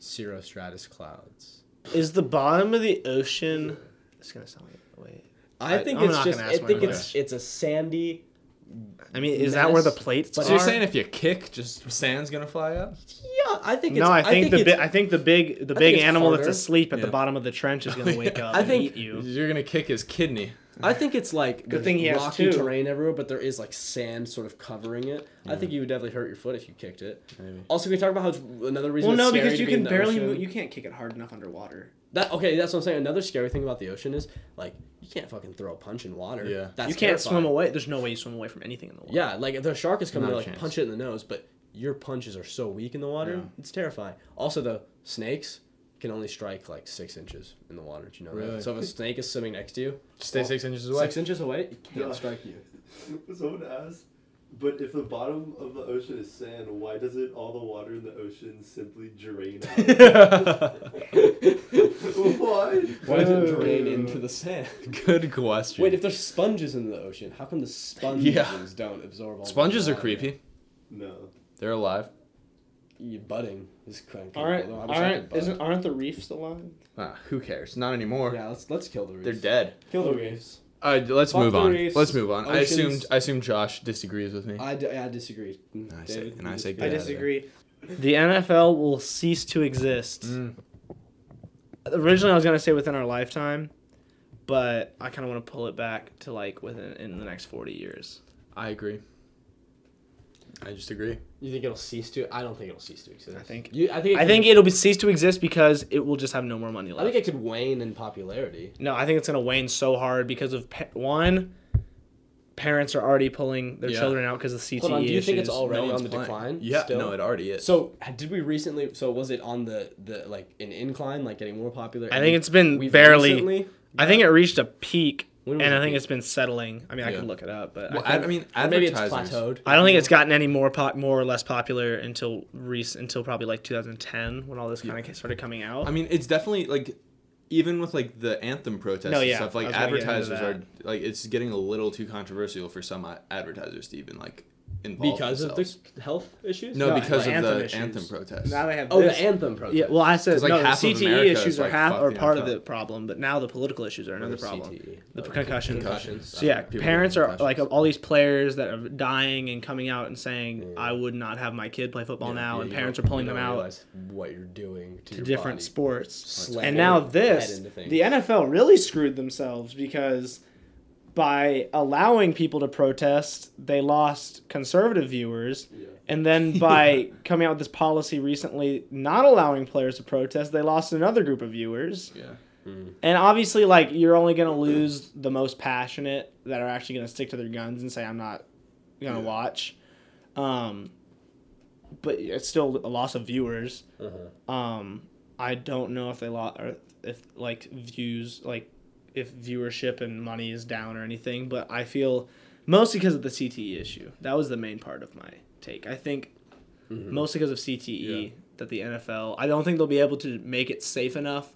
Speaker 3: cirrostratus clouds.
Speaker 2: Is the bottom of the ocean? It's gonna sound like wait.
Speaker 3: I,
Speaker 2: I-
Speaker 3: think
Speaker 2: I'm
Speaker 3: it's
Speaker 2: not
Speaker 3: just.
Speaker 2: gonna
Speaker 3: I
Speaker 2: ask my
Speaker 3: think it's
Speaker 2: question.
Speaker 3: it's a sandy.
Speaker 2: I mean, is that where the
Speaker 3: Mess.
Speaker 2: plates
Speaker 3: But
Speaker 2: are?
Speaker 4: So you're saying if you kick, just sand's gonna fly up?
Speaker 3: Yeah, I think. It's,
Speaker 2: no, I think, the
Speaker 3: it's-
Speaker 2: big, I think the big, the big
Speaker 3: I think it's
Speaker 2: animal that's
Speaker 3: harder.
Speaker 2: asleep at
Speaker 4: Yeah.
Speaker 2: the bottom of the trench is gonna wake up.
Speaker 3: I
Speaker 2: and
Speaker 3: think-
Speaker 2: eat you.
Speaker 4: You're gonna kick his kidney.
Speaker 3: I think it's like good
Speaker 2: thing he has
Speaker 3: rocky
Speaker 2: two.
Speaker 3: terrain everywhere, but there is like sand sort of covering it. I think you would definitely hurt your foot if you kicked it.
Speaker 4: Maybe.
Speaker 3: Also, can we talk about how it's another reason?
Speaker 2: Well,
Speaker 3: it's
Speaker 2: no,
Speaker 3: scary
Speaker 2: because
Speaker 3: to
Speaker 2: you
Speaker 3: be in
Speaker 2: can
Speaker 3: the
Speaker 2: barely,
Speaker 3: ocean-
Speaker 2: move, you can't kick it hard enough underwater.
Speaker 3: That okay, that's what I'm saying. Another scary thing about the ocean is like you can't fucking throw a punch in water.
Speaker 4: Yeah.
Speaker 3: that's
Speaker 2: you can't
Speaker 3: terrifying.
Speaker 2: swim away. There's no way you swim away from anything in the water.
Speaker 3: Yeah, like if the shark is coming
Speaker 4: Not
Speaker 3: to
Speaker 4: a
Speaker 3: like
Speaker 4: chance.
Speaker 3: punch it in the nose, but your punches are so weak in the water,
Speaker 4: Yeah.
Speaker 3: it's terrifying. Also, the snakes can only strike like six inches in the water. Did you know
Speaker 4: Really?
Speaker 3: that? So if a snake is swimming next to you,
Speaker 4: Stay
Speaker 3: Well,
Speaker 4: six inches away.
Speaker 3: six inches away, it can't
Speaker 5: Yeah.
Speaker 3: strike you.
Speaker 5: Someone asked, but if the bottom of the ocean is sand, why doesn't all the water in the ocean simply drain out? why?
Speaker 3: Why does it drain into the sand?
Speaker 4: Good question.
Speaker 3: Wait, if there's sponges in the ocean, how come the sponges
Speaker 4: Yeah.
Speaker 3: don't absorb all? the
Speaker 4: Sponges are
Speaker 3: water?
Speaker 4: creepy.
Speaker 5: No.
Speaker 4: They're alive.
Speaker 3: You budding is cranky.
Speaker 2: All right,
Speaker 3: although I
Speaker 2: all
Speaker 3: wish I
Speaker 2: right.
Speaker 3: could bud.
Speaker 2: Isn't aren't the reefs alive?
Speaker 4: Ah, who cares? Not anymore.
Speaker 3: Yeah, let's let's kill the reefs.
Speaker 4: They're dead.
Speaker 3: Kill the
Speaker 5: Okay.
Speaker 3: reefs.
Speaker 4: All right, Uh, let's
Speaker 3: Fuck
Speaker 4: move
Speaker 3: the
Speaker 4: on.
Speaker 3: reefs,
Speaker 4: let's move on. I
Speaker 3: oceans.
Speaker 4: assumed I assume Josh disagrees with me.
Speaker 3: I, d- I disagree.
Speaker 4: I say- and I say
Speaker 3: disagree?
Speaker 4: I Yeah, disagree.
Speaker 2: The NFL will cease to exist.
Speaker 4: Mm.
Speaker 2: Originally, I was gonna say within our lifetime, but I kind of want to pull it back to like within in the next forty years.
Speaker 4: I agree. I just agree.
Speaker 3: You think it'll cease to? I don't think it'll cease to exist.
Speaker 2: I think-
Speaker 3: You, I think. It
Speaker 2: I
Speaker 3: could-
Speaker 2: think it'll be cease to exist because it will just have no more money
Speaker 3: I
Speaker 2: left.
Speaker 3: think it could wane in popularity.
Speaker 2: no, I think it's gonna wane so hard because of pa- one. Parents are already pulling their
Speaker 4: Yeah.
Speaker 2: children out because of CTE
Speaker 3: Hold on. Do you
Speaker 2: issues.
Speaker 3: think it's already
Speaker 4: one's
Speaker 3: on the
Speaker 4: playing.
Speaker 3: decline?
Speaker 4: Yeah.
Speaker 3: still?
Speaker 4: No, it already is.
Speaker 3: So h- did we recently? So was it on the the like an incline, like getting more popular?
Speaker 2: I
Speaker 3: And
Speaker 2: think
Speaker 3: we-
Speaker 2: it's been
Speaker 3: we've
Speaker 2: barely.
Speaker 3: recently-
Speaker 2: I think it reached a peak,
Speaker 3: When
Speaker 2: and
Speaker 3: was
Speaker 2: I
Speaker 3: it
Speaker 2: think
Speaker 3: peak?
Speaker 2: it's been settling. I mean, I
Speaker 4: Yeah.
Speaker 2: can look it up, but
Speaker 4: well,
Speaker 2: I,
Speaker 4: I,
Speaker 2: think-
Speaker 4: I mean,
Speaker 3: or maybe it's
Speaker 4: advertisers-
Speaker 3: plateaued.
Speaker 2: I don't think
Speaker 4: Um,
Speaker 2: it's gotten any more pop, more or less popular until rec- until probably like 2010 when all this kind of started coming out.
Speaker 4: I mean, it's definitely like, even with like the anthem protests
Speaker 2: No,
Speaker 4: and
Speaker 2: yeah,
Speaker 4: stuff,
Speaker 2: I
Speaker 4: like
Speaker 2: was gonna get into
Speaker 4: advertisers are like it's getting a little too controversial for some uh, advertisers to even like involve
Speaker 3: because of
Speaker 4: themselves.
Speaker 3: the health issues.
Speaker 4: no,
Speaker 2: No,
Speaker 4: because
Speaker 2: like
Speaker 4: of
Speaker 2: anthem
Speaker 4: the
Speaker 2: issues.
Speaker 4: anthem protests.
Speaker 2: now they have
Speaker 3: Oh, the
Speaker 2: this.
Speaker 3: anthem protest.
Speaker 2: yeah. Well, I said
Speaker 4: 'Cause, like,
Speaker 2: no. The
Speaker 4: half of
Speaker 2: CTE
Speaker 4: America
Speaker 2: issues
Speaker 4: is,
Speaker 2: are
Speaker 4: like,
Speaker 2: half
Speaker 4: fuck
Speaker 2: are
Speaker 4: the
Speaker 2: part of
Speaker 4: NFL.
Speaker 2: the problem, but now the political issues are another problem.
Speaker 3: E.
Speaker 2: The concussion.
Speaker 4: Concussions.
Speaker 2: So yeah,
Speaker 4: E People with
Speaker 2: parents are like
Speaker 4: concussions.
Speaker 2: all these players that are dying and coming out and saying, "I would not have my kid play football now," and parents are pulling them out.
Speaker 3: What you're doing to,
Speaker 2: to different sports.
Speaker 3: Slapping
Speaker 2: and now
Speaker 3: your head
Speaker 2: this,
Speaker 3: into things.
Speaker 2: the NFL really screwed themselves because by allowing people to protest, they lost conservative viewers.
Speaker 5: Yeah.
Speaker 2: And then by coming out with this policy recently, not allowing players to protest, they lost another group of viewers.
Speaker 4: Yeah.
Speaker 2: And obviously, like, you're only going to lose the most passionate that are actually going to stick to their guns and say, I'm not going to
Speaker 4: Yeah.
Speaker 2: watch. Um, but it's still a loss of viewers.
Speaker 4: Uh-huh.
Speaker 2: Um, I don't know if they lost or if like views like if viewership and money is down or anything, but I feel mostly because of the CTE issue. That was the main part of my take. I think mostly because of CTE
Speaker 4: Mm-hmm. Yeah.
Speaker 2: that the NFL. I don't think they'll be able to make it safe enough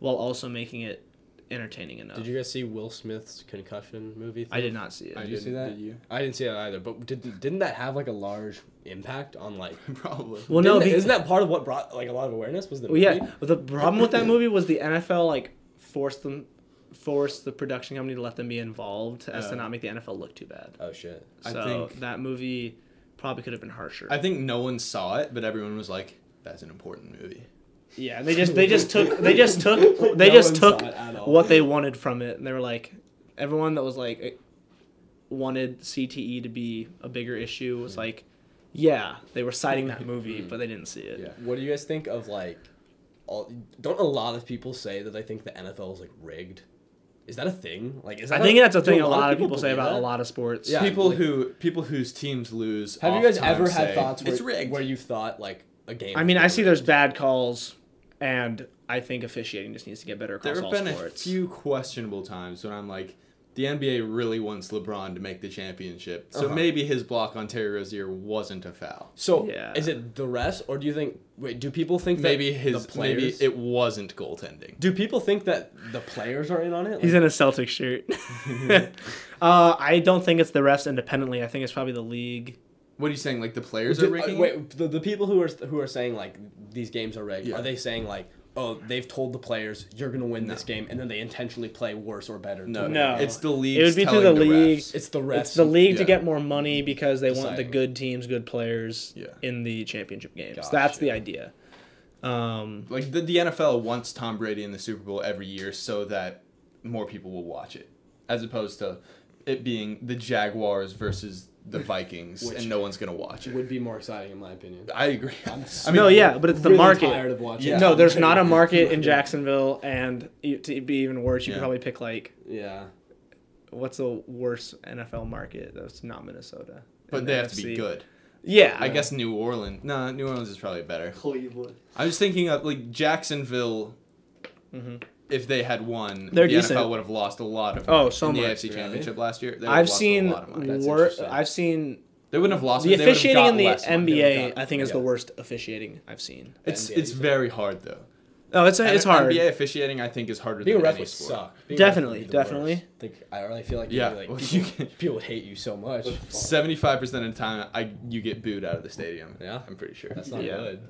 Speaker 2: while also making it entertaining enough.
Speaker 3: Did you guys see Will Smith's concussion movie?
Speaker 2: I did not see it.
Speaker 4: I
Speaker 3: Did you see
Speaker 4: didn't.
Speaker 3: that?
Speaker 4: Did you?
Speaker 3: I didn't see that either. But did, didn't that have like a large impact on like?
Speaker 4: Probably.
Speaker 2: Well,
Speaker 3: didn't
Speaker 2: no,
Speaker 3: that-
Speaker 2: because-
Speaker 3: isn't that part of what brought like a lot of awareness? Was the
Speaker 2: Well, yeah,
Speaker 3: movie?
Speaker 2: but the problem with that movie was the NFL like forced them, forced the production company to let them be involved as
Speaker 3: Oh.
Speaker 2: to not make the NFL look too bad.
Speaker 3: Oh shit!
Speaker 4: I
Speaker 2: so
Speaker 4: think-
Speaker 2: that movie probably could have been harsher.
Speaker 4: I think no one saw it, but everyone was like, "That's an important movie."
Speaker 2: yeah, they just they just took they just took they
Speaker 3: No
Speaker 2: just
Speaker 3: one
Speaker 2: took
Speaker 3: saw it at all.
Speaker 2: what they wanted from it, and they were like, everyone that was like eh, wanted CTE to be a bigger issue was like, yeah, they were citing that movie,
Speaker 3: Mm-hmm.
Speaker 2: but they didn't see it.
Speaker 4: Yeah.
Speaker 3: What do you guys think of like? All, don't a lot of people say that they think the NFL is like rigged? Is that a thing? Like, is that
Speaker 2: I think that's a
Speaker 3: do
Speaker 2: thing a lot of people, say
Speaker 3: believe
Speaker 2: about
Speaker 3: that?
Speaker 2: a lot of sports.
Speaker 3: Yeah.
Speaker 4: people
Speaker 3: like-
Speaker 4: who people whose teams lose.
Speaker 3: Have you guys
Speaker 4: oftentimes
Speaker 3: ever had
Speaker 4: say,
Speaker 3: thoughts where,
Speaker 4: it's rigged?
Speaker 3: where you've thought like a game?
Speaker 2: I
Speaker 3: is
Speaker 2: mean, I
Speaker 3: being
Speaker 2: see
Speaker 3: rigged?
Speaker 2: there's bad calls, and I think officiating just needs to get better across
Speaker 4: there have
Speaker 2: all
Speaker 4: been
Speaker 2: sports.
Speaker 4: a few questionable times when I'm like, the NBA really wants LeBron to make the championship, so
Speaker 3: Uh-huh.
Speaker 4: maybe his block on Terry Rozier wasn't a foul.
Speaker 3: So
Speaker 2: Yeah.
Speaker 3: is it the refs, or do you think? Wait, do people think that
Speaker 4: Maybe
Speaker 3: the
Speaker 4: his maybe
Speaker 3: players-
Speaker 4: it wasn't goaltending.
Speaker 3: do people think that the players are in on it?
Speaker 2: He's
Speaker 3: Like,
Speaker 2: in a Celtic shirt. uh, I don't think it's the refs independently. I think it's probably the league.
Speaker 4: What are you saying? Like the players
Speaker 3: do-
Speaker 4: are rigging?
Speaker 3: uh, wait, the, the people who are who are saying like these games are rigged.
Speaker 4: Yeah.
Speaker 3: Are they saying like, oh, they've told the players you're gonna win this game, and then they intentionally play worse or better? to
Speaker 4: No,
Speaker 3: win?
Speaker 2: No.
Speaker 4: it's the league.
Speaker 2: It would be through the league.
Speaker 4: Refs.
Speaker 3: it's the refs.
Speaker 2: It's the league to
Speaker 4: yeah.
Speaker 2: get more money because they want the
Speaker 3: Deciding.
Speaker 2: good teams, good players
Speaker 4: Yeah.
Speaker 2: in the championship games.
Speaker 3: Gotcha.
Speaker 2: That's the idea. Um,
Speaker 4: Like the, the NFL wants Tom Brady in the Super Bowl every year so that more people will watch it, as opposed to it being the Jaguars versus the Vikings
Speaker 3: Which-
Speaker 4: and no one's gonna watch it.
Speaker 3: would be more exciting in my opinion.
Speaker 4: I agree.
Speaker 3: I'm
Speaker 4: I mean,
Speaker 2: no, yeah, but it's the
Speaker 3: really
Speaker 2: market.
Speaker 3: Tired of watching.
Speaker 4: Yeah.
Speaker 2: No,
Speaker 3: Tom
Speaker 2: there's
Speaker 3: Brady.
Speaker 2: not a market in Jacksonville, and e- to be even worse, you could
Speaker 4: Yeah.
Speaker 2: probably pick like
Speaker 3: Yeah.
Speaker 2: what's the worst NFL market that's not Minnesota.
Speaker 4: But
Speaker 2: In
Speaker 4: they
Speaker 2: the
Speaker 4: have to be
Speaker 2: NFC.
Speaker 4: good.
Speaker 2: Yeah,
Speaker 4: I guess New Orleans. No, New Orleans is probably better.
Speaker 5: Cleveland.
Speaker 4: I was thinking of like Jacksonville. If they had won,
Speaker 2: Mm-hmm. They're
Speaker 4: the
Speaker 2: decent.
Speaker 4: NFL would have lost a lot of
Speaker 2: Oh,
Speaker 4: money
Speaker 2: so
Speaker 4: in the
Speaker 2: much.
Speaker 4: AFC
Speaker 3: Really?
Speaker 4: Championship last year. They would have
Speaker 2: I've
Speaker 4: lost
Speaker 2: seen
Speaker 4: a lot of money.
Speaker 3: That's
Speaker 2: wor-
Speaker 3: interesting.
Speaker 2: I've seen
Speaker 4: They wouldn't have lost.
Speaker 2: the
Speaker 4: but they would have
Speaker 2: officiating in
Speaker 4: gotten
Speaker 2: the
Speaker 4: less money. They would have
Speaker 2: NBA.
Speaker 3: gotten-
Speaker 2: I think is the
Speaker 3: yeah.
Speaker 2: worst officiating I've seen.
Speaker 4: It's
Speaker 3: NBA,
Speaker 4: it's
Speaker 3: you said.
Speaker 4: very hard though.
Speaker 2: Oh, it's it's
Speaker 4: And
Speaker 2: hard.
Speaker 4: NBA officiating, I think, is harder
Speaker 3: Being a
Speaker 4: than
Speaker 3: ref
Speaker 4: any
Speaker 3: would
Speaker 4: sport.
Speaker 3: suck. Being a ref
Speaker 2: Definitely,
Speaker 3: would be the
Speaker 2: definitely.
Speaker 3: worst. Like I really feel like
Speaker 4: Yeah,
Speaker 3: yeah, like,
Speaker 4: well,
Speaker 3: people,
Speaker 4: you can-
Speaker 3: people hate you so much.
Speaker 4: Seventy-five percent of the time, I you get booed out of the stadium.
Speaker 3: Yeah.
Speaker 4: I'm pretty sure.
Speaker 3: That's not
Speaker 2: Yeah.
Speaker 3: good.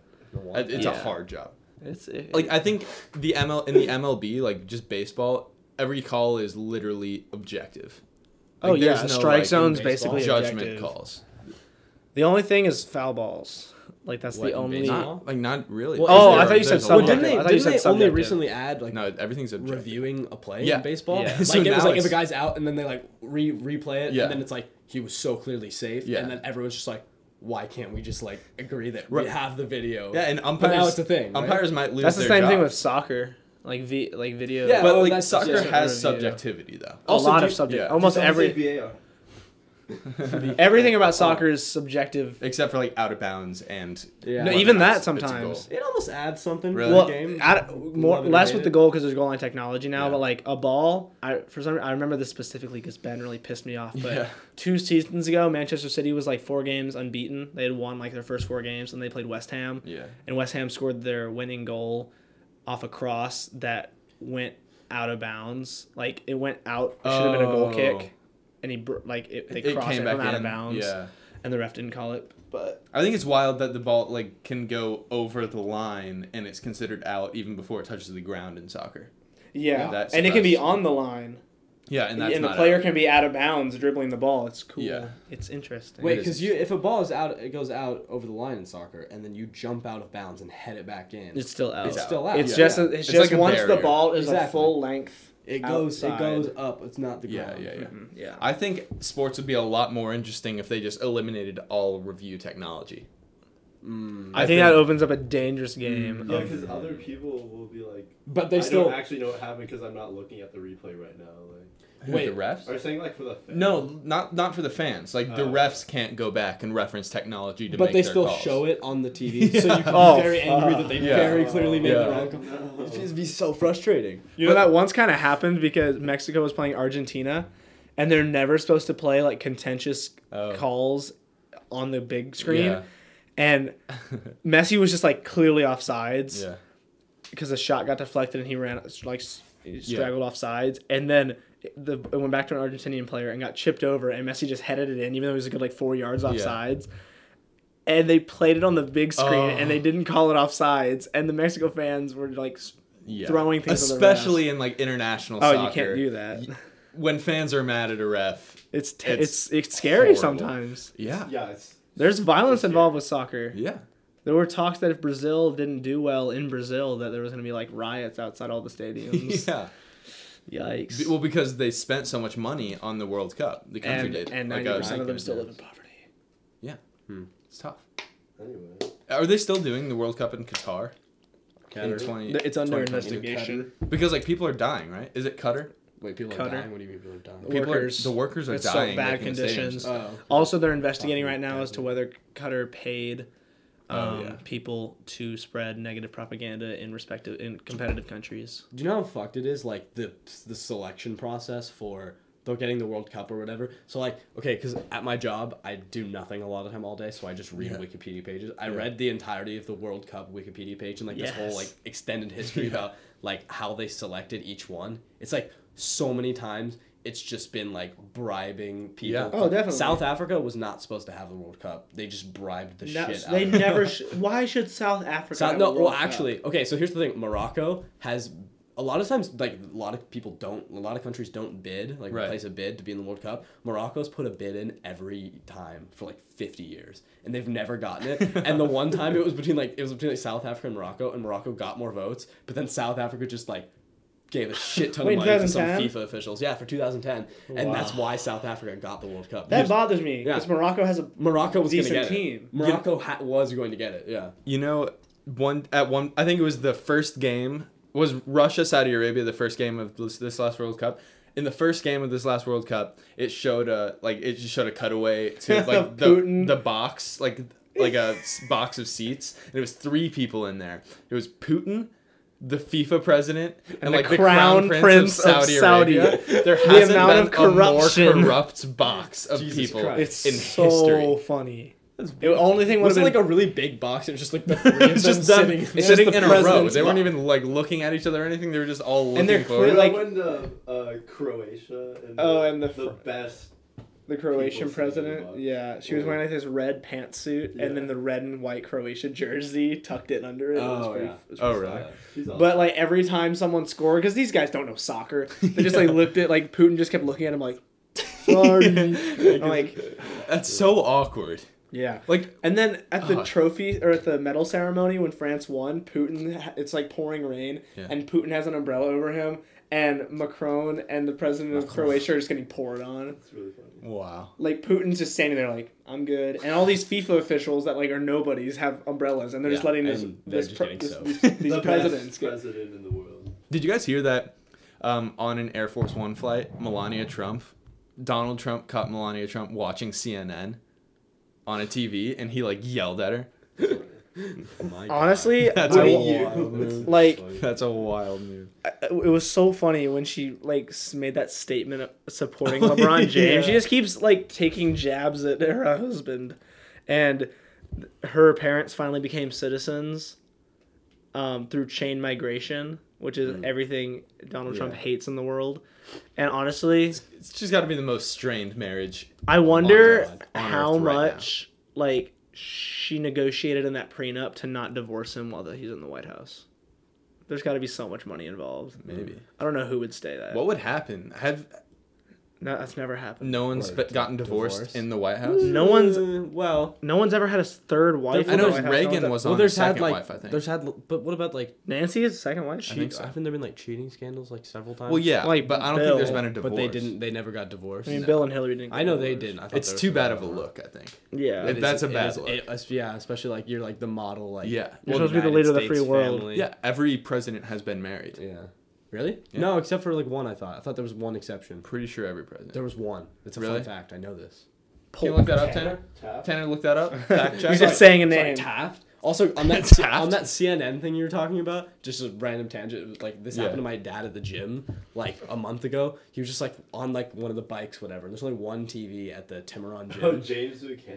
Speaker 4: I- It's a
Speaker 2: Yeah.
Speaker 4: hard job.
Speaker 2: It's it,
Speaker 4: Like I think the ML in the MLB, like just baseball, every call is literally objective.
Speaker 2: oh
Speaker 4: Like,
Speaker 2: yeah,
Speaker 4: there's no,
Speaker 2: strike
Speaker 4: like,
Speaker 2: zones
Speaker 3: baseball
Speaker 2: basically
Speaker 4: judgment
Speaker 2: objective.
Speaker 4: calls.
Speaker 2: The only thing is foul balls. Like that's
Speaker 3: What,
Speaker 2: the
Speaker 3: in
Speaker 2: only.
Speaker 3: baseball?
Speaker 4: Not like not really.
Speaker 3: Well,
Speaker 2: Oh,
Speaker 4: There
Speaker 2: I
Speaker 4: are-
Speaker 2: thought you said
Speaker 4: there's a
Speaker 3: Well,
Speaker 4: lot.
Speaker 2: subjective.
Speaker 3: didn't they,
Speaker 2: I thought you
Speaker 3: didn't
Speaker 2: said
Speaker 3: they only
Speaker 2: subjective.
Speaker 3: recently add like
Speaker 4: No, everything's objective.
Speaker 3: reviewing a play
Speaker 4: Yeah.
Speaker 3: in baseball?
Speaker 2: Yeah.
Speaker 3: Like it
Speaker 4: So
Speaker 3: was
Speaker 4: now
Speaker 3: like if a
Speaker 4: it's-
Speaker 3: guy's out and then they like re replay it
Speaker 4: Yeah.
Speaker 3: and then it's like he was so clearly safe
Speaker 4: Yeah.
Speaker 3: and then everyone's just like, why can't we just like agree that
Speaker 4: Right.
Speaker 3: we have the video?
Speaker 4: Yeah, and
Speaker 3: but
Speaker 4: umpires.
Speaker 3: now it's a thing. right?
Speaker 4: Umpires might lose.
Speaker 2: That's the
Speaker 4: their
Speaker 2: same thing
Speaker 4: job.
Speaker 2: with soccer. Like v like video.
Speaker 3: Yeah,
Speaker 4: But
Speaker 3: Oh,
Speaker 4: like
Speaker 3: that's
Speaker 4: soccer
Speaker 3: subjective
Speaker 4: has
Speaker 2: review.
Speaker 4: subjectivity though.
Speaker 2: a
Speaker 3: Also,
Speaker 2: lot
Speaker 3: do
Speaker 2: of
Speaker 3: you-
Speaker 2: subject.
Speaker 4: yeah.
Speaker 2: Almost
Speaker 5: Just don't
Speaker 2: every
Speaker 5: say VAR.
Speaker 2: everything about soccer is subjective.
Speaker 4: Except for like out of bounds and
Speaker 3: Yeah.
Speaker 2: No,
Speaker 4: whether
Speaker 2: even
Speaker 4: or
Speaker 2: that
Speaker 4: not it's a goal.
Speaker 2: sometimes.
Speaker 3: It almost adds something
Speaker 4: Really?
Speaker 3: to
Speaker 2: Well,
Speaker 3: the game.
Speaker 2: out of- more
Speaker 3: Love it or
Speaker 2: less
Speaker 3: hate
Speaker 2: with
Speaker 3: it.
Speaker 2: the goal because there's goal line technology now.
Speaker 4: Yeah.
Speaker 2: But like a ball, I for some I remember this specifically because Ben really pissed me off. But
Speaker 4: Yeah.
Speaker 2: two seasons ago, Manchester City was like four games unbeaten. They had won like their first four games, and they played West Ham.
Speaker 4: Yeah.
Speaker 2: and West Ham scored their winning goal off a cross that went out of bounds. Like it went out. It should have been a goal
Speaker 4: Oh.
Speaker 2: kick, and he br- like it, they
Speaker 4: It- it
Speaker 2: crossed it,
Speaker 4: came
Speaker 2: went
Speaker 4: back
Speaker 2: out of
Speaker 4: in,
Speaker 2: bounds.
Speaker 4: yeah.
Speaker 2: and the ref didn't call it. But
Speaker 4: I think it's wild that the ball like can go over the line and it's considered out even before it touches the ground in soccer.
Speaker 2: yeah,
Speaker 4: Yeah, that's
Speaker 2: and it can be
Speaker 4: surprising.
Speaker 2: on the line,
Speaker 4: Yeah, and that's
Speaker 2: and the
Speaker 4: not
Speaker 2: player
Speaker 4: out.
Speaker 2: can be out of bounds dribbling the ball. It's cool.
Speaker 4: Yeah.
Speaker 2: it's interesting.
Speaker 3: Wait,
Speaker 4: is
Speaker 3: because you if a ball is out, it goes out over the line in soccer, and then you jump out of bounds and head it back in.
Speaker 2: it's still out.
Speaker 3: It's still out.
Speaker 2: It's
Speaker 3: Yeah.
Speaker 2: just
Speaker 3: Yeah.
Speaker 2: it's,
Speaker 4: It's
Speaker 2: just
Speaker 4: like a
Speaker 2: once the
Speaker 4: barrier.
Speaker 2: ball is a
Speaker 3: Exactly.
Speaker 2: full length.
Speaker 3: it goes
Speaker 2: outside. Mm-hmm.
Speaker 3: it goes up. It's not the
Speaker 4: Yeah,
Speaker 3: ground.
Speaker 4: yeah, yeah.
Speaker 2: Yeah.
Speaker 4: I think sports would be a lot more interesting if they just eliminated all review technology.
Speaker 2: I think that opens up a dangerous
Speaker 4: Mm,
Speaker 2: game.
Speaker 5: Yeah,
Speaker 2: of-
Speaker 5: because other people will be like,
Speaker 3: But they
Speaker 5: I
Speaker 3: still
Speaker 5: don't actually know what happened because I'm not looking at the replay right now. Like,
Speaker 4: Wait, the
Speaker 3: Wait.
Speaker 5: are
Speaker 4: refs?
Speaker 5: you saying like for the fans?
Speaker 4: No, not not for the fans. Like the
Speaker 5: Oh.
Speaker 4: refs can't go back and reference technology to
Speaker 3: but
Speaker 4: make
Speaker 3: they
Speaker 4: their
Speaker 3: still
Speaker 4: calls.
Speaker 3: show it on the TV, so you can
Speaker 2: Oh,
Speaker 3: be very angry that they
Speaker 4: fuck. Yeah.
Speaker 3: very clearly made
Speaker 4: Yeah.
Speaker 5: Oh,
Speaker 3: the wrong. call. It'd just be so frustrating.
Speaker 2: You know that once kind of happened because Mexico was playing Argentina, and they're never supposed to play like contentious
Speaker 4: Oh.
Speaker 2: calls on the big screen.
Speaker 4: Yeah.
Speaker 2: And Messi was just like clearly off sides
Speaker 4: Yeah.
Speaker 2: because the shot got deflected and he ran like s- straggled off sides, and then the it went back to an Argentinian player and got chipped over, and Messi just headed it in, even though he was a good like four yards off
Speaker 4: Yeah.
Speaker 2: sides. And they played it on the big screen, and
Speaker 4: Oh.
Speaker 2: they didn't call it off sides, and the Mexico fans were like s-
Speaker 4: Yeah.
Speaker 2: throwing things. on their refs.
Speaker 4: especially in like international
Speaker 2: Oh,
Speaker 4: soccer.
Speaker 2: you can't do that.
Speaker 4: When fans are mad at a ref.
Speaker 2: It's te- it's,
Speaker 4: It's
Speaker 2: it's scary
Speaker 4: horrible.
Speaker 2: sometimes.
Speaker 4: Yeah.
Speaker 5: Yeah, it's
Speaker 2: There's violence involved with soccer.
Speaker 4: Yeah.
Speaker 2: There were talks that if Brazil didn't do well in Brazil, that there was gonna be like riots outside all the stadiums.
Speaker 4: Yeah.
Speaker 2: Yikes!
Speaker 4: Be- Well, because they spent so much money on the World Cup, the country
Speaker 2: and
Speaker 4: did.
Speaker 2: and
Speaker 4: Like, uh,
Speaker 2: ninety
Speaker 4: I was
Speaker 2: percent of them
Speaker 4: thinking,
Speaker 2: still live in poverty.
Speaker 4: Yeah, it's tough.
Speaker 5: anyway.
Speaker 4: Are they still doing the World Cup in Qatar in
Speaker 3: Qatar.
Speaker 4: twenty?
Speaker 2: It's under
Speaker 4: 2022?
Speaker 2: investigation.
Speaker 4: because like people are dying, right? Is it Qatar?
Speaker 3: Wait, people
Speaker 2: Cutter.
Speaker 3: are dying. What do you mean people are dying?
Speaker 2: Well,
Speaker 4: People
Speaker 2: Workers.
Speaker 4: Are, the workers are
Speaker 2: It's so
Speaker 4: dying.
Speaker 2: bad
Speaker 4: making the savings.
Speaker 2: conditions.
Speaker 3: Oh,
Speaker 2: Also, they're investigating right now
Speaker 3: Fucking
Speaker 2: as to whether Cutter paid um,
Speaker 4: Oh, yeah.
Speaker 2: people to spread negative propaganda in respective in competitive countries.
Speaker 3: do you know how fucked it is? Like the the selection process for the getting the World Cup or whatever. So like, okay, because at my job I do nothing a lot of time all day, so I just read
Speaker 4: Yeah.
Speaker 3: Wikipedia pages. I read the entirety of the World Cup Wikipedia page and like this whole
Speaker 2: Yes.
Speaker 3: like extended history about like how they selected each one. It's like so many times. It's just been like bribing people.
Speaker 4: Yeah.
Speaker 2: Oh, definitely.
Speaker 3: South Africa was not supposed to have the World Cup. They just bribed the shit. out
Speaker 2: they
Speaker 3: of it.
Speaker 2: never. Sh- why should South Africa?
Speaker 3: South,
Speaker 2: have a
Speaker 3: no,
Speaker 2: World
Speaker 3: well,
Speaker 2: Cup?
Speaker 3: actually, okay. So here's the thing: Morocco has a lot of times, like a lot of people don't, a lot of countries don't bid, like
Speaker 4: Right.
Speaker 3: place a bid to be in the World Cup. Morocco's put a bid in every time for like 50 years, and they've never gotten it. and the one time it was between like it was between like South Africa and Morocco, and Morocco got more votes, but then South Africa just like. Gave a shit ton
Speaker 2: Wait,
Speaker 3: of money to some
Speaker 2: 2010?
Speaker 3: FIFA officials. Yeah, for 2010, and that's why South Africa got the World Cup.
Speaker 2: that
Speaker 3: Because
Speaker 2: bothers me
Speaker 3: Yeah.
Speaker 2: because Morocco has a
Speaker 3: Morocco was going to
Speaker 2: decent
Speaker 3: get
Speaker 2: team.
Speaker 3: it. Morocco ha- was going to get it. Yeah.
Speaker 4: You know, one at one. I think it was the first game was Russia Saudi Arabia the first game of this, this last World Cup. In the first game of this last World Cup, it showed a like it just showed a cutaway to like the
Speaker 2: Putin.
Speaker 4: the box like like a s- box of seats, and it was three people in there. It was Putin. The FIFA president and,
Speaker 2: the
Speaker 4: like the crown prince, of Saudi, Arabia. There
Speaker 2: The
Speaker 4: hasn't
Speaker 2: amount
Speaker 4: been
Speaker 2: of corruption.
Speaker 4: a more corrupt box of
Speaker 3: Jesus
Speaker 4: people
Speaker 3: Christ.
Speaker 2: It's
Speaker 4: in
Speaker 2: so
Speaker 4: history.
Speaker 2: funny. The only thing would
Speaker 3: was
Speaker 2: have
Speaker 3: it
Speaker 2: been
Speaker 3: like a really big box? It was just like the three of them
Speaker 4: It's just them
Speaker 3: sitting.
Speaker 4: sitting,
Speaker 3: It's
Speaker 2: sitting
Speaker 3: just the
Speaker 4: in a row.
Speaker 3: president's
Speaker 4: They weren't
Speaker 3: box.
Speaker 4: even like looking at each other or anything. They were just all looking
Speaker 2: And they're
Speaker 4: forward.
Speaker 2: clearly- Like-
Speaker 5: I went to uh, Croatia and
Speaker 2: Oh,
Speaker 5: the,
Speaker 2: and the
Speaker 5: the
Speaker 2: fr-
Speaker 5: best.
Speaker 2: the
Speaker 5: people
Speaker 2: Croatian
Speaker 5: sitting in the
Speaker 2: president.
Speaker 5: box.
Speaker 2: Yeah, she was wearing like this red pantsuit
Speaker 5: Yeah.
Speaker 2: and then the red and white Croatia jersey tucked in under it. it was
Speaker 3: Oh,
Speaker 2: pretty,
Speaker 3: yeah.
Speaker 2: it was
Speaker 4: Oh,
Speaker 2: pretty
Speaker 4: really?
Speaker 2: stylish.
Speaker 5: She's awesome.
Speaker 2: But like every time someone scored, because these guys don't know soccer, they just like looked at like Putin just kept looking at him like, sorry. I'm like,
Speaker 4: Oh, That's so awkward.
Speaker 2: yeah.
Speaker 4: Like
Speaker 2: And then at the
Speaker 4: Ugh.
Speaker 2: trophy or at the medal ceremony when France won, Putin ha- it's like pouring rain,
Speaker 4: Yeah.
Speaker 2: and Putin has an umbrella over him, and Macron and the president of Croatia are just getting poured on.
Speaker 5: it's really funny.
Speaker 4: wow.
Speaker 2: Like Putin's just standing there like I'm good, and all these FIFA officials that like are nobodies have umbrellas, and they're just
Speaker 3: Yeah,
Speaker 2: letting this
Speaker 3: and they're
Speaker 2: this,
Speaker 3: just
Speaker 2: pre-
Speaker 3: getting
Speaker 2: this-
Speaker 3: soaked.
Speaker 2: these- these
Speaker 5: the
Speaker 2: presidents
Speaker 5: best
Speaker 2: get
Speaker 5: president in the world.
Speaker 4: Did you guys hear that? Um, on an Air Force One flight, Melania Trump, Donald Trump caught Melania Trump watching CNN on a TV, and he like yelled at her.
Speaker 2: honestly.
Speaker 4: That's
Speaker 2: I-
Speaker 4: a
Speaker 5: you.
Speaker 2: Like-
Speaker 4: That's a wild move.
Speaker 2: it was so funny when she like s- made that statement supporting LeBron James. She just keeps like taking jabs at her husband, and her parents finally became citizens um, through chain migration, which is
Speaker 4: Mm.
Speaker 2: everything Donald Trump
Speaker 3: Yeah.
Speaker 2: hates in the world. And honestly,
Speaker 4: It's just got to be the most strained marriage.
Speaker 2: I wonder
Speaker 4: God. On
Speaker 2: how
Speaker 4: Earth right now.
Speaker 2: much like she negotiated in that prenup to not divorce him while the, he's in the White House. There's got to be so much money involved.
Speaker 4: Maybe.
Speaker 2: I don't know who would stay that.
Speaker 4: What would happen? Have
Speaker 2: No, that's never happened.
Speaker 4: no one's
Speaker 3: Or
Speaker 4: sp- gotten divorced
Speaker 3: divorce?
Speaker 4: in the White House?
Speaker 2: No one's
Speaker 3: Uh, well.
Speaker 2: no one's ever had a third wife.
Speaker 4: I
Speaker 2: in the
Speaker 4: know
Speaker 2: White House. No
Speaker 4: Reagan
Speaker 2: one's-
Speaker 4: was on
Speaker 3: Well, there's
Speaker 4: his second
Speaker 3: had like
Speaker 4: wife, I think.
Speaker 3: there's had, but what about like
Speaker 2: Nancy is second wife.
Speaker 4: I think
Speaker 3: cheats?
Speaker 4: so.
Speaker 3: Haven't there been like cheating scandals like several times?
Speaker 4: Well, yeah,
Speaker 2: Like
Speaker 4: but I don't
Speaker 2: Bill,
Speaker 4: think there's been a divorce.
Speaker 3: but they didn't. They never got divorced.
Speaker 2: I mean, Bill and Hillary didn't.
Speaker 3: I know they
Speaker 2: get
Speaker 3: didn't. I
Speaker 2: divorced.
Speaker 3: thought
Speaker 4: It's
Speaker 3: there was
Speaker 4: too
Speaker 3: a
Speaker 4: bad
Speaker 3: lot
Speaker 4: of a
Speaker 3: going on.
Speaker 4: look, I think.
Speaker 2: Yeah,
Speaker 4: It-
Speaker 3: It is-
Speaker 4: that's a
Speaker 3: it
Speaker 4: bad
Speaker 3: is-
Speaker 4: look.
Speaker 3: it- es- yeah, especially like you're like the model. Like
Speaker 4: Yeah.
Speaker 2: You're supposed to be the leader of the free world.
Speaker 4: Yeah, every president has been married.
Speaker 3: Yeah. Really?
Speaker 4: Yeah.
Speaker 3: No, except for like one. I thought. I thought there was one exception.
Speaker 4: Pretty sure every president.
Speaker 3: There was one. It's a
Speaker 4: Really?
Speaker 3: fun fact. I know this.
Speaker 4: Can you look that up, Tanner?
Speaker 5: Tanner? Taft?
Speaker 4: Tanner, look that up. Fact
Speaker 2: You're
Speaker 4: check.
Speaker 2: just saying a
Speaker 3: Sorry,
Speaker 2: name.
Speaker 3: Taft. Also, on that
Speaker 4: Taft?
Speaker 3: on that CNN thing you were talking about, just a random tangent. It was like this
Speaker 4: Yeah.
Speaker 3: happened to my dad at the gym like a month ago. He was just like on like one of the bikes, whatever. And there's only one TV at the Timuron
Speaker 5: Oh,
Speaker 3: gym.
Speaker 5: James McCann.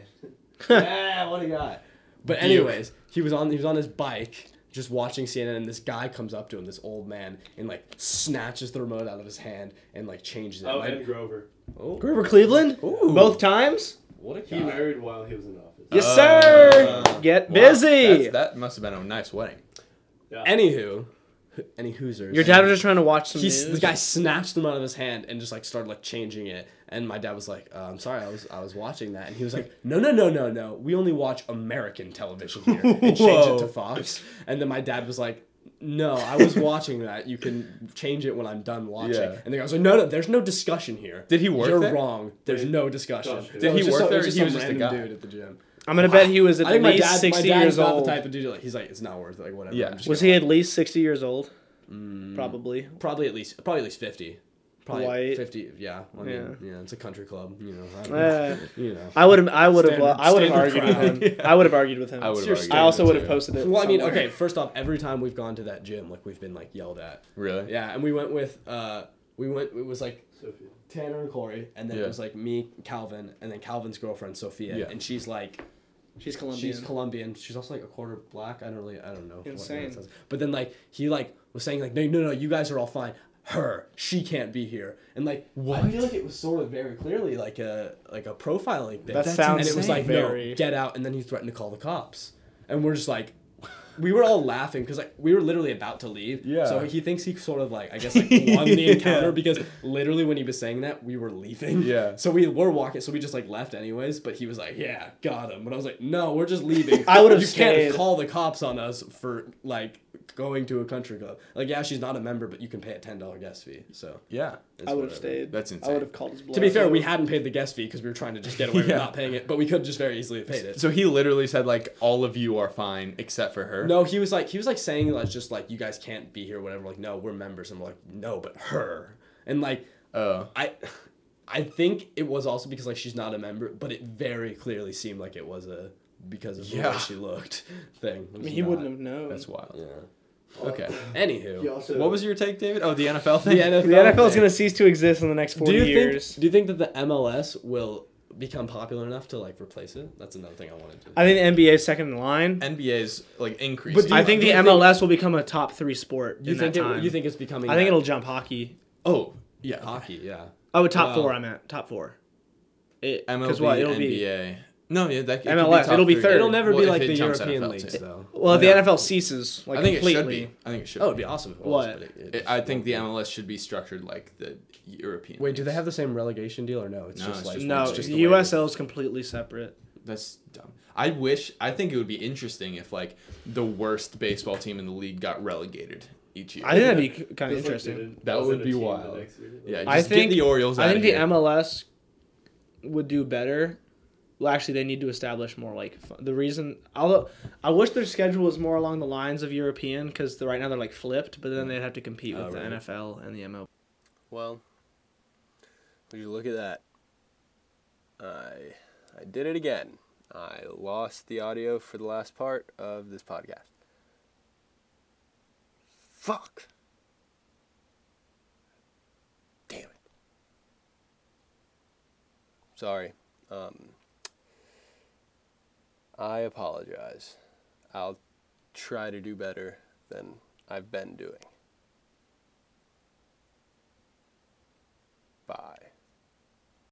Speaker 3: yeah, what a guy. But
Speaker 4: Duke.
Speaker 3: anyways, he was on he was on his bike just watching CNN, and this guy comes up to him, this old man, and like snatches the remote out of his hand and like changes it.
Speaker 5: Oh,
Speaker 3: My-
Speaker 5: and Grover.
Speaker 3: oh,
Speaker 2: Grover Cleveland.
Speaker 3: Ooh.
Speaker 2: Both times.
Speaker 3: what a
Speaker 5: He
Speaker 3: guy.
Speaker 5: married while he was in office.
Speaker 2: Yes,
Speaker 4: Uh,
Speaker 2: sir. Get
Speaker 4: Wow,
Speaker 2: busy.
Speaker 4: that's- That must have been a nice wedding.
Speaker 5: Yeah.
Speaker 3: Anywho, any hoosers.
Speaker 2: Your dad was just trying to watch some
Speaker 3: He's,
Speaker 2: news.
Speaker 3: the guy snatched them out of his hand and just like started like changing it. And my dad was like, uh, "I'm sorry, I was I was watching that." And he was like, "No, no, no, no, no. We only watch American television here." And changed it
Speaker 4: Whoa.
Speaker 3: to Fox. And then my dad was like, "No, I was watching that. You can change it when I'm done watching."
Speaker 4: Yeah.
Speaker 3: And the guy was like, "No, no. There's no discussion here.
Speaker 4: Did he work
Speaker 3: You're
Speaker 4: there?
Speaker 3: wrong. There's
Speaker 5: Wait,
Speaker 3: no discussion."
Speaker 5: gosh,
Speaker 3: No,
Speaker 5: did
Speaker 3: it
Speaker 4: he
Speaker 3: was just
Speaker 4: work
Speaker 3: some- it
Speaker 4: there or
Speaker 3: was just
Speaker 4: he
Speaker 3: some
Speaker 4: was just a
Speaker 3: random
Speaker 4: guy?
Speaker 3: dude at the gym.
Speaker 2: I'm gonna bet he was at
Speaker 3: I think my
Speaker 2: least
Speaker 3: dad,
Speaker 2: sixty
Speaker 3: my dad's
Speaker 2: years
Speaker 3: not
Speaker 2: old.
Speaker 3: the type of dude to, like he's like it's not worth it. Like whatever.
Speaker 4: Yeah.
Speaker 3: I'm just
Speaker 2: Was
Speaker 3: gonna
Speaker 2: he at
Speaker 3: watch." Mm.
Speaker 2: least sixty years old? Probably.
Speaker 3: probably at least probably at least fifty? probably
Speaker 2: White.
Speaker 3: fifty. Yeah, I mean,
Speaker 2: Yeah.
Speaker 3: yeah, it's a country club. You know, I don't know.
Speaker 2: Eh,
Speaker 3: you know.
Speaker 2: I would have. I would have.
Speaker 3: Standard-
Speaker 2: I would have argued
Speaker 3: standard
Speaker 2: with him. I would have argued with him.
Speaker 4: I would've
Speaker 2: Your
Speaker 4: argued
Speaker 2: I also
Speaker 4: with
Speaker 2: would
Speaker 4: him,
Speaker 2: have
Speaker 4: too.
Speaker 2: posted it.
Speaker 3: Well, I mean,
Speaker 2: somewhere.
Speaker 3: okay. First off, every time we've gone to that gym, like we've been like yelled at.
Speaker 4: Really?
Speaker 3: Yeah, and we went with uh, we went. It was like
Speaker 5: Sophia.
Speaker 3: Tanner and Corey, and then
Speaker 4: Yeah.
Speaker 3: it was like me, Calvin, and then Calvin's girlfriend Sophia,
Speaker 4: Yeah.
Speaker 3: and she's like
Speaker 2: She's Colombian.
Speaker 3: she's Colombian. She's also like a quarter black. I don't really, I don't know. what that
Speaker 2: Insane.
Speaker 3: says. But then like he like was saying like no no no you guys are all fine. Her she can't be here. And like I
Speaker 4: What?
Speaker 3: feel like it was sort of very clearly like a like a profiling thing.
Speaker 2: That
Speaker 3: That's
Speaker 2: sounds
Speaker 3: and it was like
Speaker 2: very-
Speaker 3: no get out. And then he threatened to call the cops. And we're just like. We were all laughing because like we were literally about to leave.
Speaker 4: Yeah.
Speaker 3: So he thinks he sort of like I guess like won the encounter because literally when he was saying that we were leaving.
Speaker 4: Yeah.
Speaker 3: So we were walking, so we just like left anyways. But he was like, "Yeah, got him." But I was like, "No, we're just leaving."
Speaker 2: I would've
Speaker 3: You
Speaker 2: stayed.
Speaker 3: can't call the cops on us for like going to a country club. Like, yeah, she's not a member, but you can pay a ten dollar guest fee. So
Speaker 4: Yeah.
Speaker 3: it's
Speaker 2: I would have
Speaker 3: whatever.
Speaker 2: stayed.
Speaker 4: That's
Speaker 2: I
Speaker 4: insane.
Speaker 2: would have called his bluff.
Speaker 3: To be fair, we hadn't paid the guest fee because we were trying to just get away with
Speaker 4: Yeah.
Speaker 3: not paying it, but we could just very easily have paid it.
Speaker 4: So he literally said like all of you are fine except for her.
Speaker 3: no, he was like he was like saying like just like you guys can't be here, whatever. Like, no, we're members, and we're like, no, but her, and like
Speaker 4: Oh.
Speaker 3: I I think it was also because like she's not a member, but it very clearly seemed like it was a because of the
Speaker 4: Yeah.
Speaker 3: way she looked thing.
Speaker 2: I mean, he wouldn't have known.
Speaker 4: That's wild.
Speaker 3: Yeah.
Speaker 4: Okay.
Speaker 5: He
Speaker 3: Anywho,
Speaker 5: also.
Speaker 4: What was your take, David? Oh, the NFL
Speaker 3: the
Speaker 4: thing.
Speaker 3: NFL.
Speaker 2: The NFL is
Speaker 3: thing.
Speaker 2: going to cease to exist in the next
Speaker 3: Do
Speaker 2: forty
Speaker 3: you
Speaker 2: years.
Speaker 3: think? Do you think that the MLS will become popular enough to like replace it? That's another thing I wanted to.
Speaker 2: I think the NBA is second in line.
Speaker 4: NBA's like increasing.
Speaker 3: But do you-
Speaker 2: I think
Speaker 3: do
Speaker 2: the
Speaker 3: you think-
Speaker 2: MLS will become a top three sport.
Speaker 3: you
Speaker 2: in
Speaker 3: think
Speaker 2: that
Speaker 3: it,
Speaker 2: time.
Speaker 3: you think it's becoming?
Speaker 2: I think
Speaker 3: that-
Speaker 2: it'll jump hockey.
Speaker 4: oh yeah.
Speaker 3: hockey. Yeah.
Speaker 2: Oh, top
Speaker 3: Wow.
Speaker 2: four. I meant top four. It, 'cause
Speaker 4: MLB,
Speaker 2: what, it'll
Speaker 4: NBA.
Speaker 2: be
Speaker 4: No, yeah, that it could
Speaker 2: MLS,
Speaker 4: top
Speaker 2: it'll be
Speaker 4: three.
Speaker 2: third.
Speaker 3: It'll never
Speaker 4: Well,
Speaker 3: be
Speaker 4: if
Speaker 3: like
Speaker 4: it
Speaker 3: the
Speaker 4: jumps out of
Speaker 3: European
Speaker 4: top
Speaker 3: leagues
Speaker 4: two.
Speaker 3: though.
Speaker 2: well. If
Speaker 4: Yeah.
Speaker 2: the NFL ceases like
Speaker 4: I think
Speaker 2: completely,
Speaker 4: it should be. I think it should.
Speaker 3: Oh, it'd be awesome. If it
Speaker 2: What?
Speaker 3: was, but it-
Speaker 4: be.
Speaker 3: it
Speaker 4: I think the
Speaker 3: won't
Speaker 4: MLS should be structured like the European.
Speaker 3: be. Wait, do they
Speaker 4: leagues.
Speaker 3: have the same relegation deal or no? It's
Speaker 4: No,
Speaker 3: just
Speaker 4: it's
Speaker 3: like
Speaker 4: just-
Speaker 2: no,
Speaker 4: it's
Speaker 3: just the way it is.
Speaker 2: USL is completely separate.
Speaker 4: That's dumb. I wish. I think it would be interesting if like the worst baseball team in the league got relegated each year.
Speaker 2: I think that'd be kind of
Speaker 5: Just, like,
Speaker 2: interesting.
Speaker 5: didn't-
Speaker 4: That
Speaker 5: wasn't
Speaker 4: would
Speaker 5: a
Speaker 4: be
Speaker 5: team the
Speaker 4: wild.
Speaker 5: next year.
Speaker 4: yeah, just
Speaker 2: I
Speaker 4: get
Speaker 2: think-
Speaker 4: the Orioles.
Speaker 2: I
Speaker 4: out
Speaker 2: think
Speaker 4: of
Speaker 2: the
Speaker 4: here.
Speaker 2: MLS would do better. Well, actually, they need to establish more like fu- the reason. Although I wish their schedule was more along the lines of European because right now they're like flipped, but then they'd have to compete
Speaker 3: Oh,
Speaker 2: with
Speaker 3: really?
Speaker 2: the NFL and the MLB.
Speaker 6: Well, would you look at that? I I did it again. I lost the audio for the last part of this podcast. Fuck. Damn it. Sorry. Um I apologize. I'll try to do better than I've been doing. Bye.